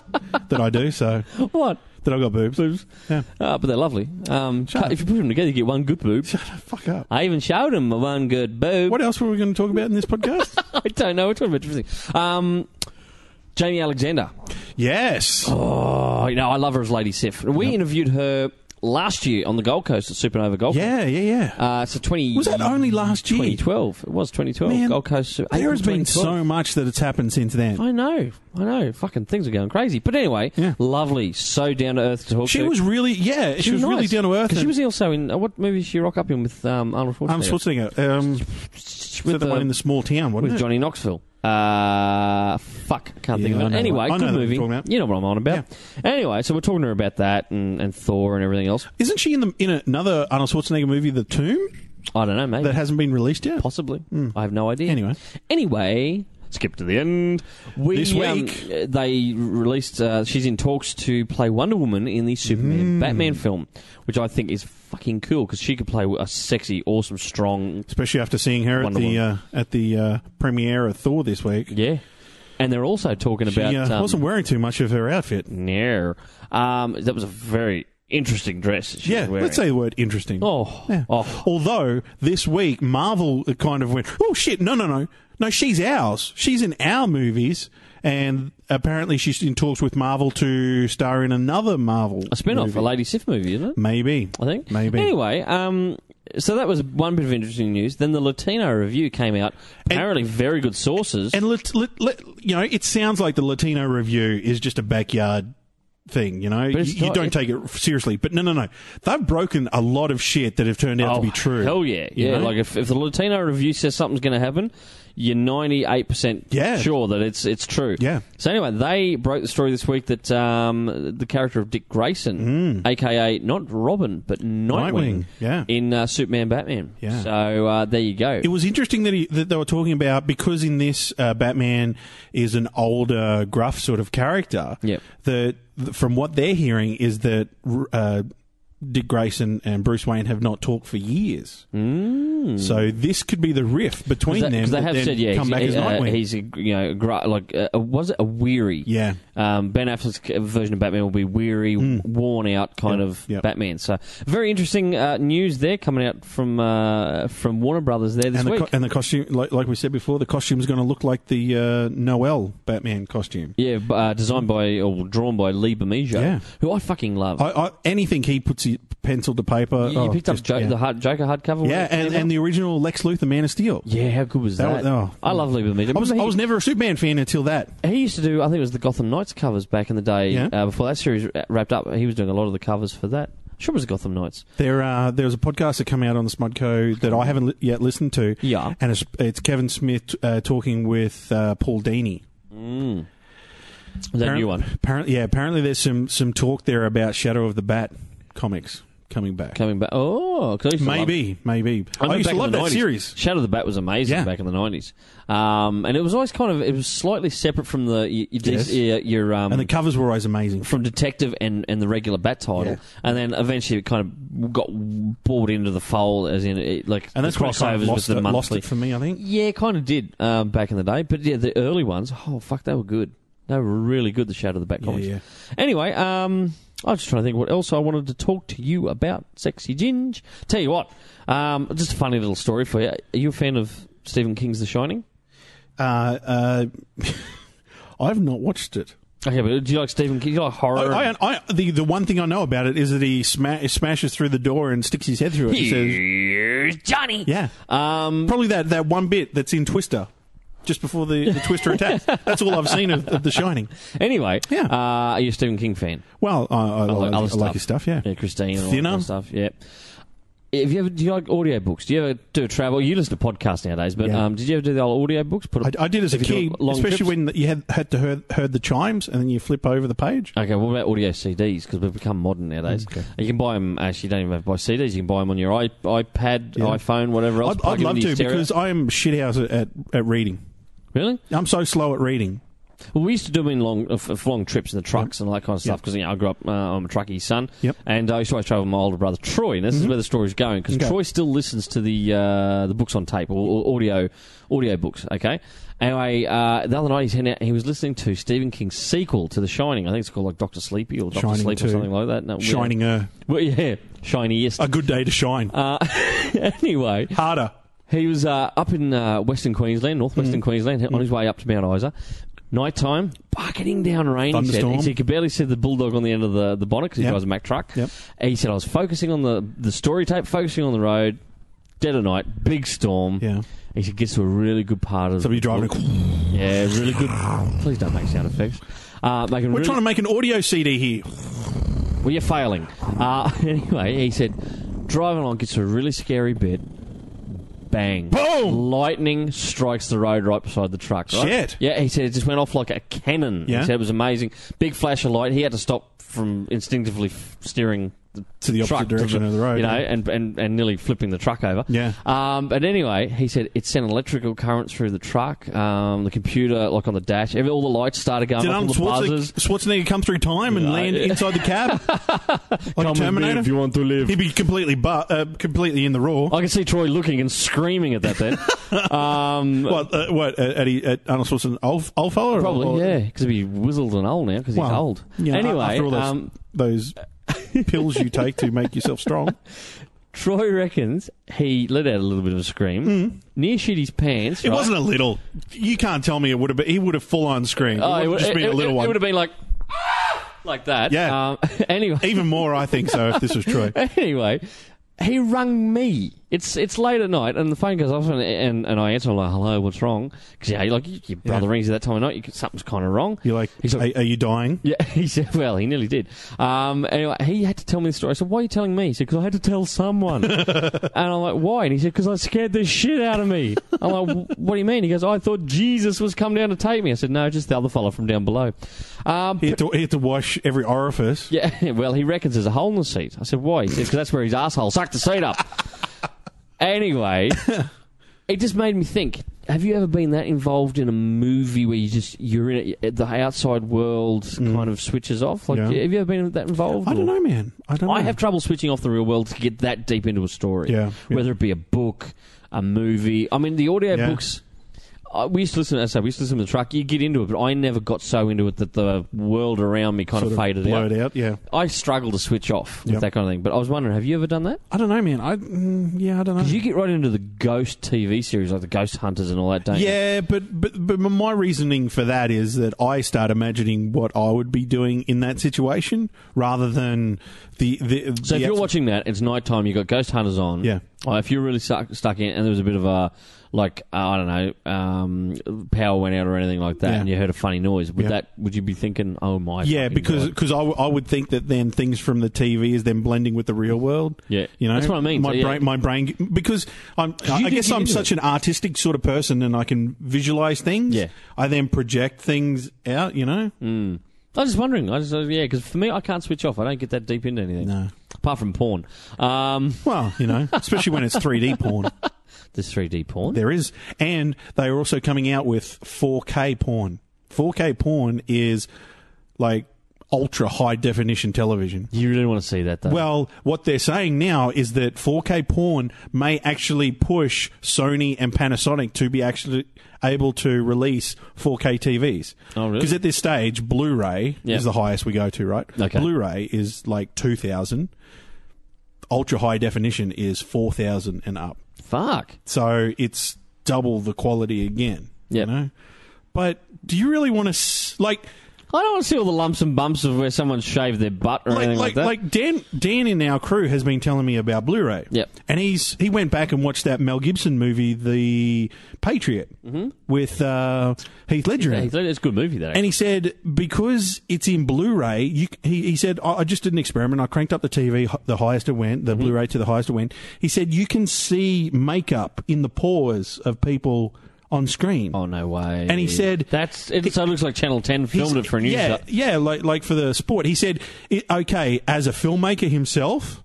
Speaker 2: that I do, so
Speaker 1: What?
Speaker 2: that I've got boobs. boobs. Yeah.
Speaker 1: Ah, but they're lovely. Um,
Speaker 2: Shut up.
Speaker 1: if you put them together, you get one good boob.
Speaker 2: Fuck up.
Speaker 1: I even showed him my one good boob.
Speaker 2: What else were we going to talk about in this podcast?
Speaker 1: I don't know. It's one of interesting. Um, Jamie Alexander.
Speaker 2: yes.
Speaker 1: Oh, you know, I love her as Lady Sif. We interviewed her last year on the Gold Coast at Supernova Golf.
Speaker 2: Yeah, yeah, yeah.
Speaker 1: Uh, so 20.
Speaker 2: Was that only last year?
Speaker 1: 2012. It was 2012.
Speaker 2: Man,
Speaker 1: Gold Coast. Su-
Speaker 2: There
Speaker 1: April
Speaker 2: has been
Speaker 1: 2012.
Speaker 2: so much that it's happened since then.
Speaker 1: I know, I know. Fucking things are going crazy. But anyway,
Speaker 2: Yeah.
Speaker 1: lovely, so down to earth to talk
Speaker 2: She
Speaker 1: to.
Speaker 2: was really, yeah, she, was, really
Speaker 1: nice.
Speaker 2: down to earth.
Speaker 1: 'Cause She
Speaker 2: and-
Speaker 1: was also in uh, what movie did she rock up in with um, Arnold Schwarzenegger?
Speaker 2: Arnold Schwarzenegger. Um,
Speaker 1: Schwarzenegger
Speaker 2: with uh, the one in the small town, wasn't
Speaker 1: with
Speaker 2: it?
Speaker 1: Johnny Knoxville. Uh, fuck, can't
Speaker 2: Yeah,
Speaker 1: think
Speaker 2: I
Speaker 1: of it.
Speaker 2: know
Speaker 1: Anyway,
Speaker 2: what- I know
Speaker 1: good
Speaker 2: what you're
Speaker 1: movie.
Speaker 2: talking about.
Speaker 1: You know what I'm on about. Anyway, so we're talking to her about that and, and Thor and everything else.
Speaker 2: Isn't she in the in another Arnold Schwarzenegger movie, The Tomb,
Speaker 1: I don't know, mate.
Speaker 2: that hasn't been released yet?
Speaker 1: Possibly. I have no idea.
Speaker 2: Hmm. Anyway.
Speaker 1: Anyway, skip to the end. We,
Speaker 2: This
Speaker 1: um,
Speaker 2: week.
Speaker 1: uh, they released. Uh, she's in talks to play Wonder Woman in the
Speaker 2: Mm.
Speaker 1: Superman Batman film, which I think is fucking cool because she could play a sexy, awesome, strong.
Speaker 2: Especially after seeing her
Speaker 1: Wonder
Speaker 2: at the
Speaker 1: Woman.
Speaker 2: uh, at the uh, premiere of Thor this week.
Speaker 1: Yeah. And they're also talking
Speaker 2: She
Speaker 1: about.
Speaker 2: uh,
Speaker 1: um,
Speaker 2: wasn't wearing too much of her outfit.
Speaker 1: no. Um, that was a very interesting dress. that she
Speaker 2: Yeah,
Speaker 1: was wearing.
Speaker 2: let's say the word interesting.
Speaker 1: Oh,
Speaker 2: Yeah.
Speaker 1: oh,
Speaker 2: Although this week Marvel kind of went, oh shit, no, no, no, no, she's ours. She's in our movies, and apparently she's in talks with Marvel to star in another Marvel
Speaker 1: a spin-off,
Speaker 2: movie.
Speaker 1: a Lady Sif movie, isn't it?
Speaker 2: Maybe.
Speaker 1: I think.
Speaker 2: Maybe.
Speaker 1: Anyway, um, so that was one bit of interesting news. Then the Latino review came out. Apparently, very good sources.
Speaker 2: And let, let, let, you know, it sounds like the Latino review is just a backyard thing, you know? You,
Speaker 1: But it's
Speaker 2: you
Speaker 1: not-
Speaker 2: don't take it seriously. But no, no, no. They've broken a lot of shit that have turned out to be true.
Speaker 1: Oh, Hell yeah,
Speaker 2: you
Speaker 1: yeah.
Speaker 2: know?
Speaker 1: Like if, if the Latino review says something's going to happen, you're ninety eight percent
Speaker 2: Yeah.
Speaker 1: sure that it's it's true.
Speaker 2: Yeah.
Speaker 1: So anyway, they broke the story this week that um, the character of Dick Grayson, aka not Robin but Nightwing,
Speaker 2: Mm. Nightwing, yeah.
Speaker 1: in uh, Superman Batman.
Speaker 2: Yeah.
Speaker 1: So uh, there you go.
Speaker 2: It was interesting that, he, that they were talking about because in this uh, Batman is an older, gruff sort of character.
Speaker 1: Yep.
Speaker 2: That th- from what they're hearing is that r- uh, Dick Grayson and Bruce Wayne have not talked for years. Mm. So this could be the rift between them.
Speaker 1: because they
Speaker 2: that
Speaker 1: have
Speaker 2: then
Speaker 1: said, yeah,
Speaker 2: come
Speaker 1: he's,
Speaker 2: back as
Speaker 1: uh,
Speaker 2: Nightwing.
Speaker 1: he's a, you know a gr- like uh, was it a weary?
Speaker 2: yeah,
Speaker 1: Um, ben Affleck's c- version of Batman will be weary, worn out kind of
Speaker 2: Hmm. yep.
Speaker 1: Batman. So very interesting uh, news there coming out from uh, from Warner Brothers there this
Speaker 2: and the
Speaker 1: week.
Speaker 2: co- and the costume, like, like we said before, the costume's going to look like the uh, Noel Batman costume.
Speaker 1: yeah, b- uh, designed by or drawn by Lee Bemijo,
Speaker 2: Yeah.
Speaker 1: who I fucking love.
Speaker 2: I, I, anything he puts his pencil to paper.
Speaker 1: you, you
Speaker 2: oh,
Speaker 1: picked up
Speaker 2: just-
Speaker 1: jo-
Speaker 2: yeah.
Speaker 1: the hard- Joker hardcover.
Speaker 2: yeah, and, and the original Lex Luthor Man of Steel.
Speaker 1: yeah, how good was that?
Speaker 2: That was- oh.
Speaker 1: I love Lee Bemijo.
Speaker 2: I was, I
Speaker 1: Remember
Speaker 2: was
Speaker 1: he,
Speaker 2: never a Superman fan until that.
Speaker 1: he used to do, I think it was the Gotham Knights covers back in the day.
Speaker 2: Yeah.
Speaker 1: Uh, before that series wrapped up, he was doing a lot of the covers for that. Sure, it was Gotham Knights.
Speaker 2: There, uh, there was a podcast that came out on the Smodco that I haven't li- yet listened to,
Speaker 1: Yeah.
Speaker 2: and it's, it's Kevin Smith uh, talking with uh, Paul Dini.
Speaker 1: Mm. That
Speaker 2: Apparent-
Speaker 1: new one.
Speaker 2: Apparently, yeah. Apparently, there's some some talk there about Shadow of the Bat comics coming back.
Speaker 1: coming back. Oh, 'cause I used to love-
Speaker 2: Maybe, maybe.
Speaker 1: I
Speaker 2: I,
Speaker 1: remember
Speaker 2: used to
Speaker 1: back in
Speaker 2: love
Speaker 1: the
Speaker 2: that
Speaker 1: 90s.
Speaker 2: series.
Speaker 1: Shadow of the Bat was amazing
Speaker 2: Yeah.
Speaker 1: back in the nineties, um, and it was always kind of it was slightly separate from the your
Speaker 2: Yes.
Speaker 1: your, your um,
Speaker 2: And the covers were always amazing.
Speaker 1: from detective and, and the regular Bat title,
Speaker 2: Yeah.
Speaker 1: and then eventually it kind of got brought into the fold as in it, like
Speaker 2: And that's
Speaker 1: the
Speaker 2: when I kind of
Speaker 1: crossovers with
Speaker 2: lost,
Speaker 1: the
Speaker 2: it, lost
Speaker 1: monthly.
Speaker 2: it for me, I think.
Speaker 1: yeah, kind of did um, back in the day, but yeah, the early ones. Oh fuck, they were good. They were really good. The Shadow of the Bat
Speaker 2: Yeah,
Speaker 1: comics.
Speaker 2: yeah.
Speaker 1: Anyway, um, I was just trying to think what else I wanted to talk to you about, Sexy Ginge. Tell you what, um, just a funny little story for you. Are you a fan of Stephen King's The Shining?
Speaker 2: Uh, uh, I've not watched it.
Speaker 1: Okay, but do you like Stephen King? Do you like horror?
Speaker 2: I, I, I, the the one thing I know about it is that he sma- smashes through the door and sticks his head through it. He says,
Speaker 1: Here's Johnny.
Speaker 2: "Yeah,
Speaker 1: Um,
Speaker 2: probably that, that one bit that's in Twister, just before the, the Twister attack. That's all I've seen of, of The Shining.
Speaker 1: anyway,
Speaker 2: Yeah.
Speaker 1: uh, are you a Stephen King fan?
Speaker 2: Well, I, I, I,
Speaker 1: like
Speaker 2: like, I
Speaker 1: other stuff.
Speaker 2: like his stuff. Yeah,
Speaker 1: Yeah, Christine and all that
Speaker 2: Thinner.
Speaker 1: kind of stuff. Yeah. If you ever, do you like audiobooks? Do you ever do travel? You listen to podcasts nowadays, but
Speaker 2: Yeah.
Speaker 1: um, did you ever do the old audiobooks? Put a-
Speaker 2: I, I did as a
Speaker 1: if you do
Speaker 2: kid,
Speaker 1: long
Speaker 2: especially
Speaker 1: trips?
Speaker 2: when you had had to heard, heard the chimes and then you flip over the page.
Speaker 1: Okay, what about audio CDs? Because we've become modern nowadays.
Speaker 2: Mm, Okay.
Speaker 1: You can buy them. Actually, you don't even have to buy CDs. You can buy them on your i- iPad,
Speaker 2: Yeah.
Speaker 1: iPhone, whatever else.
Speaker 2: I'd,
Speaker 1: plug
Speaker 2: I'd
Speaker 1: 'em
Speaker 2: love
Speaker 1: into
Speaker 2: to
Speaker 1: your stereo.
Speaker 2: because I am shithouse at, at at reading.
Speaker 1: really,
Speaker 2: I'm so slow at reading.
Speaker 1: well, we used to do them in long, uh, for for long trips in the trucks and all that kind of stuff. Because you know, I grew up. Uh, I'm a truckie's son,
Speaker 2: Yep. Mm-hmm.
Speaker 1: and I used to always travel with my older brother Troy. And this is where the story's going because
Speaker 2: Okay.
Speaker 1: Troy still listens to the uh, the books on tape or, or audio audio books. Okay. Anyway, uh, the other night he's heading out, he was listening to Stephen King's sequel to The Shining. I think it's called like Doctor Sleepy or Doctor
Speaker 2: Shining
Speaker 1: Sleep or
Speaker 2: 2.
Speaker 1: something like that. No, yeah.
Speaker 2: Shining a
Speaker 1: Well, yeah, shiniest.
Speaker 2: a good day to shine.
Speaker 1: Uh, anyway,
Speaker 2: Harder.
Speaker 1: he was uh, up in uh, Western Queensland,
Speaker 2: Mm.
Speaker 1: northwestern Queensland, on his way up to Mount Isa. Nighttime, bucketing down rain. He said. he
Speaker 2: Thunderstorm.
Speaker 1: said he could barely see the bulldog on the end of the, the bonnet because he
Speaker 2: Yep.
Speaker 1: drives a Mack truck.
Speaker 2: Yep.
Speaker 1: And he said, I was focusing on the, the story tape, focusing on the road, dead of night, big storm.
Speaker 2: Yeah.
Speaker 1: He said, gets to a really good part of
Speaker 2: Somebody driving. A,
Speaker 1: Yeah, really good. Please don't make sound effects. Uh, making
Speaker 2: we're
Speaker 1: really
Speaker 2: trying to make an audio CD here.
Speaker 1: Well, you're failing. Uh, anyway, he said, driving along gets to a really scary bit. Bang.
Speaker 2: Boom!
Speaker 1: Lightning strikes the road right beside the truck. Right?
Speaker 2: Shit.
Speaker 1: Yeah, he said it just went off like a cannon.
Speaker 2: Yeah.
Speaker 1: He said it was amazing. Big flash of light. He had to stop from instinctively f- steering the
Speaker 2: To the opposite
Speaker 1: truck to
Speaker 2: direction of the road,
Speaker 1: You know,
Speaker 2: yeah.
Speaker 1: and, and, and nearly flipping the truck over.
Speaker 2: Yeah.
Speaker 1: Um, but anyway, he said it sent electrical currents through the truck, um, the computer, like on the dash. Every, all the lights started going
Speaker 2: Did
Speaker 1: off, all
Speaker 2: Arnold
Speaker 1: the buzzers.
Speaker 2: Schwarzenegger, Schwarzenegger come through time and
Speaker 1: Yeah,
Speaker 2: land
Speaker 1: yeah.
Speaker 2: inside the cab like a Terminator?
Speaker 3: you want to live.
Speaker 2: He'd be completely bu- uh, completely in the raw.
Speaker 1: I can see Troy looking and screaming at that then. um,
Speaker 2: What? Uh, what? Uh, at, he- at Arnold Schwarzenegger, old, old fella? or-
Speaker 1: probably,
Speaker 2: or-
Speaker 1: yeah, because he'd be wizzled and old now because he's
Speaker 2: Well,
Speaker 1: old.
Speaker 2: you know,
Speaker 1: anyway,
Speaker 2: after all those,
Speaker 1: um,
Speaker 2: those pills you take to make yourself strong.
Speaker 1: Troy reckons he let out a little bit of a scream, near shit his pants.
Speaker 2: Hmm. It
Speaker 1: right?
Speaker 2: wasn't a little. You can't tell me it would have. been He would have full on screen.
Speaker 1: Oh,
Speaker 2: it would just
Speaker 1: it-
Speaker 2: been a
Speaker 1: it-
Speaker 2: little
Speaker 1: it- It
Speaker 2: one.
Speaker 1: would have been like, like that.
Speaker 2: Yeah.
Speaker 1: Um, anyway,
Speaker 2: Even more, I think so. If this was true,
Speaker 1: anyway, he rung me. It's it's late at night, and the phone goes off, and and, and I answer I'm like, "Hello, what's wrong?" Because yeah, like y- your brother
Speaker 2: Yeah.
Speaker 1: rings you that time of night, you, something's kind of wrong.
Speaker 2: You're like,
Speaker 1: He's like-
Speaker 2: are, are you dying?
Speaker 1: Yeah, he said. Well, he nearly did. Um, anyway, he had to tell me the story. I said, "Why are you telling me?" He said, "Because I had to tell someone." and I'm like, "Why?" And he said, "Because I scared the shit out of me." I'm like, "Wh- "What do you mean?" He goes, "I thought Jesus was come down to take me." I said, "No, just the other fella from down below." Um,
Speaker 2: He had to, he had to wash every orifice.
Speaker 1: yeah, well, he reckons there's a hole in the seat. I said, why? He said, because that's where his asshole sucked the seat up. anyway, it just made me think. Have you ever been that involved in a movie where you just you're in it, the outside world kind of switches off? Like,
Speaker 2: Mm. Yeah.
Speaker 1: have you ever been that involved?
Speaker 2: I don't
Speaker 1: or-
Speaker 2: know, man. I don't.
Speaker 1: I
Speaker 2: know.
Speaker 1: have trouble switching off the real world to get that deep into a story.
Speaker 2: Yeah, yeah.
Speaker 1: Whether it be a book, a movie. I mean, the audio
Speaker 2: Yeah.
Speaker 1: books. I we used to listen. As I say we used to listen to the truck. You get into it, but I never got so into it that the world around me kind
Speaker 2: Sort
Speaker 1: of faded out.
Speaker 2: blurred out. Yeah,
Speaker 1: I struggle to switch off with
Speaker 2: Yep.
Speaker 1: that kind of thing. But I was wondering, have you ever done that?
Speaker 2: I don't know, man. I mm, yeah, I don't know.
Speaker 1: Because you get right into the ghost TV series, like the Ghost Hunters and all that, don't you?
Speaker 2: yeah, but, but but my reasoning for that is that I start imagining what I would be doing in that situation rather than the the.
Speaker 1: So if you're watching that, it's night time. You got Ghost Hunters on.
Speaker 2: Yeah.
Speaker 1: Or if you're really stuck, stuck in, and there was a bit of a like uh, I don't know, um, power went out or anything like that,
Speaker 2: Yeah.
Speaker 1: and you heard a funny noise. Would
Speaker 2: Yeah.
Speaker 1: that? Would you be thinking, oh my?
Speaker 2: yeah,
Speaker 1: fucking
Speaker 2: because
Speaker 1: God.
Speaker 2: because I, w- I would think that then things from the TV is then blending with the real world.
Speaker 1: Yeah.
Speaker 2: you know
Speaker 1: That's what I mean.
Speaker 2: My
Speaker 1: So, yeah.
Speaker 2: brain, my brain, because I'm. I,
Speaker 1: you
Speaker 2: I
Speaker 1: did
Speaker 2: guess
Speaker 1: get
Speaker 2: I'm
Speaker 1: into
Speaker 2: such an artistic sort of person, and I can visualize things.
Speaker 1: Yeah. Mm.
Speaker 2: I then project things out. You know,
Speaker 1: I was just wondering. I just uh, yeah, because for me, I can't switch off. I don't get that deep into anything.
Speaker 2: No.
Speaker 1: Apart from porn, um,
Speaker 2: well, you know, especially when it's 3D porn.
Speaker 1: there's 3D porn.
Speaker 2: There is, and they are also coming out with 4K porn. 4K porn is like ultra high definition television.
Speaker 1: You really want to see that though?
Speaker 2: Well, what they're saying now is that 4K porn may actually push Sony and Panasonic to be actually able to release 4K TVs.
Speaker 1: Oh, really?
Speaker 2: Because at this stage, Blu-ray
Speaker 1: Yeah.
Speaker 2: is the highest we go to, right?
Speaker 1: Okay.
Speaker 2: Blu-ray is like 2,000. Ultra high definition is 4,000 and up.
Speaker 1: fuck.
Speaker 2: So it's double the quality again.
Speaker 1: Yep.
Speaker 2: You know? But do you really want to s- like
Speaker 1: I don't want to see all the lumps and bumps of where someone shaved their butt or
Speaker 2: like
Speaker 1: anything like,
Speaker 2: like,
Speaker 1: that.
Speaker 2: like Dan Dan in our crew has been telling me about Blu-ray.
Speaker 1: Yep.
Speaker 2: And he's he went back and watched that Mel Gibson movie, The Patriot,
Speaker 1: Mm-hmm.
Speaker 2: with uh, Heath Ledger.
Speaker 1: Yeah,
Speaker 2: in it.
Speaker 1: it's a it's a good movie, that.
Speaker 2: And
Speaker 1: Actually.
Speaker 2: he said because it's in Blu-ray, you, he, he said I, I just did an experiment. I cranked up the TV, h- the highest it went, the
Speaker 1: Mm-hmm.
Speaker 2: Blu-ray to the highest it went. He said you can see makeup in the pores of people on screen.
Speaker 1: oh no way!
Speaker 2: And he said-
Speaker 1: "That's it." So it looks like Channel Ten filmed it
Speaker 2: He's-
Speaker 1: for a news.
Speaker 2: Yeah,
Speaker 1: show.
Speaker 2: yeah, like like for the sport. He said, it, okay, as a filmmaker himself,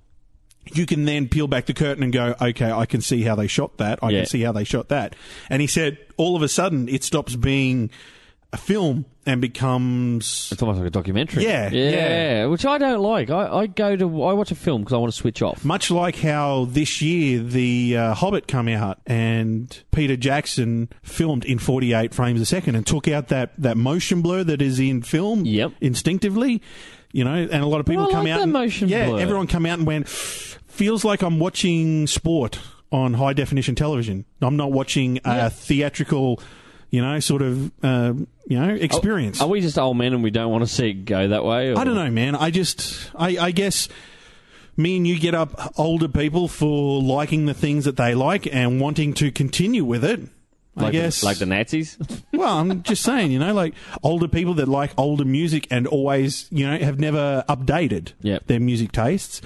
Speaker 2: you can then peel back the curtain and go, okay, I can see how they shot that. I
Speaker 1: Yeah.
Speaker 2: can see how they shot that. And he said, all of a sudden, it stops being a film and becomes
Speaker 1: It's almost like a documentary.
Speaker 2: Yeah,
Speaker 1: yeah,
Speaker 2: yeah.
Speaker 1: which I don't like. I, I go to I watch a film because I want to switch off.
Speaker 2: much like how this year the uh, Hobbit come out and Peter Jackson filmed in 48 frames a second and took out that, that motion blur that is in film
Speaker 1: Yep.
Speaker 2: instinctively. You know, and a lot of people
Speaker 1: Well, I
Speaker 2: come
Speaker 1: like
Speaker 2: out.
Speaker 1: that
Speaker 2: and,
Speaker 1: motion
Speaker 2: yeah,
Speaker 1: blur.
Speaker 2: everyone come out and went. Feels like I'm watching sport on high definition television. I'm not watching a
Speaker 1: Yeah.
Speaker 2: theatrical, you know, sort of, uh, you know, experience.
Speaker 1: Are we just old men and we don't want to see it go that way? Or?
Speaker 2: I don't know, man. I just, I, I guess me and you get up older people for liking the things that they like and wanting to continue with it. I
Speaker 1: Like the-
Speaker 2: guess.
Speaker 1: like the Nazis.
Speaker 2: well, I'm just saying, you know, like older people that like older music and always, you know, have never updated
Speaker 1: Yep.
Speaker 2: their music tastes.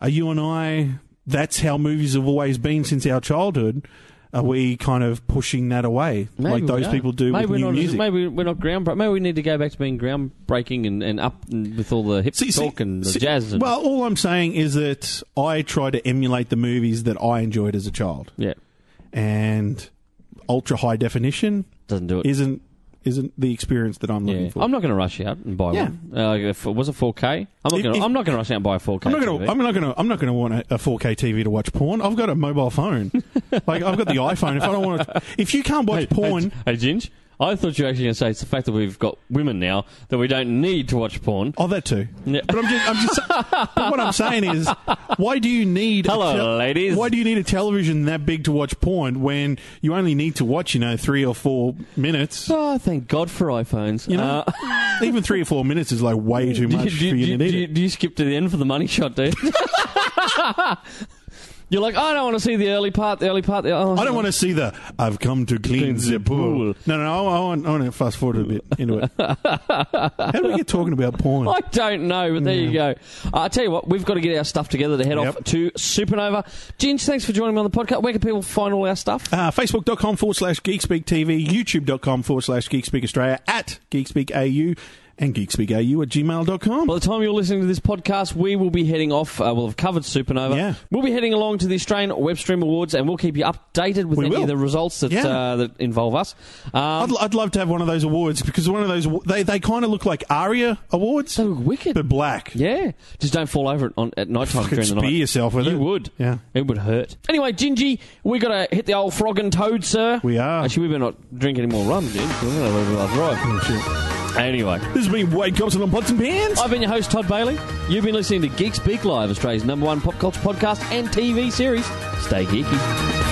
Speaker 2: Are you and I, that's how movies have always been since our childhood. Are we kind of pushing that away
Speaker 1: Maybe
Speaker 2: like
Speaker 1: we
Speaker 2: those
Speaker 1: are.
Speaker 2: people do
Speaker 1: maybe
Speaker 2: with
Speaker 1: we're
Speaker 2: new
Speaker 1: not,
Speaker 2: music?
Speaker 1: Maybe we're not groundbreaking. Maybe we need to go back to being groundbreaking and, and up and with all the hip
Speaker 2: See- see-
Speaker 1: talk and the
Speaker 2: see-
Speaker 1: jazz. And,
Speaker 2: Well, all I'm saying is that I try to emulate the movies that I enjoyed as a child,
Speaker 1: yeah,
Speaker 2: and ultra high definition
Speaker 1: doesn't do it.
Speaker 2: isn't isn't the experience that I'm looking
Speaker 1: Yeah.
Speaker 2: for.
Speaker 1: I'm not going to rush out and buy
Speaker 2: Yeah.
Speaker 1: one. Uh, if it was it 4K? I'm not
Speaker 2: If-
Speaker 1: going. to
Speaker 2: if-
Speaker 1: I'm not going to rush out and buy a 4K.
Speaker 2: I'm not
Speaker 1: TV.
Speaker 2: gonna. I'm not gonna. I'm not gonna want a, a 4K TV to watch porn. I've got a mobile phone. like I've got the iPhone. If I don't want to, if you can't watch porn,
Speaker 1: Hey, Ginge, I thought you were actually going to say it's the fact that we've got women now that we don't need to watch porn.
Speaker 2: oh, that too.
Speaker 1: Yeah.
Speaker 2: But I'm just. I'm just but what I'm saying is, why do you need?
Speaker 1: Hello,
Speaker 2: a tel-
Speaker 1: ladies.
Speaker 2: Why do you need a television that big to watch porn when you only need to watch, you know, three or four minutes?
Speaker 1: Oh, thank God for iPhones.
Speaker 2: You know,
Speaker 1: Uh,
Speaker 2: even three or four minutes is like way too
Speaker 1: do, you,
Speaker 2: much
Speaker 1: do, you-
Speaker 2: for you
Speaker 1: do you-
Speaker 2: to need
Speaker 1: do you-
Speaker 2: it.
Speaker 1: do you skip to the end for the money shot, dude? You're like, I don't want to see the early part, the early part. The, oh,
Speaker 2: I don't want to see the I've come to clean the pool. No, no, no. I want, I want to fast forward a bit into it. How do we get talking about porn?
Speaker 1: I don't know, but there you go. Uh, I tell you what, we've got to get our stuff together to head off
Speaker 2: Yep.
Speaker 1: to Supernova. Ginge, thanks for joining me on the podcast. Where can people find all our stuff?
Speaker 2: Uh, Facebook.com forward slash Geekspeak TV, YouTube.com forward slash Geekspeak Australia, at Geekspeak AU, and GeekspeakAU at gmail.com.
Speaker 1: By the time you're listening to this podcast, we will be heading off. Uh, we'll have covered Supernova.
Speaker 2: Yeah.
Speaker 1: We'll be heading along to the Australian Web Stream Awards, and we'll keep you updated with
Speaker 2: We
Speaker 1: any
Speaker 2: will.
Speaker 1: of the results that
Speaker 2: Yeah.
Speaker 1: uh, that involve us. Um,
Speaker 2: I'd, I'd love to have one of those awards because one of those, they, they kind of look like ARIA awards,
Speaker 1: so wicked.
Speaker 2: but black.
Speaker 1: yeah. Just don't fall over it on, at night time
Speaker 2: Fucking
Speaker 1: during the
Speaker 2: spear
Speaker 1: night.
Speaker 2: yourself with
Speaker 1: you
Speaker 2: it.
Speaker 1: would.
Speaker 2: Yeah.
Speaker 1: It would hurt. Anyway, Gingy, we got to hit the old frog and toad, sir.
Speaker 2: We are.
Speaker 1: Actually, we better not drink any more rum, dude. We're gonna have a little
Speaker 2: Oh,
Speaker 1: drive. Anyway.
Speaker 2: shit. This has been Wade Thompson on Pots and Pans.
Speaker 1: I've been your host, Todd Bailey. You've been listening to Geek Speak Live, Australia's number one pop culture podcast and TV series. Stay geeky.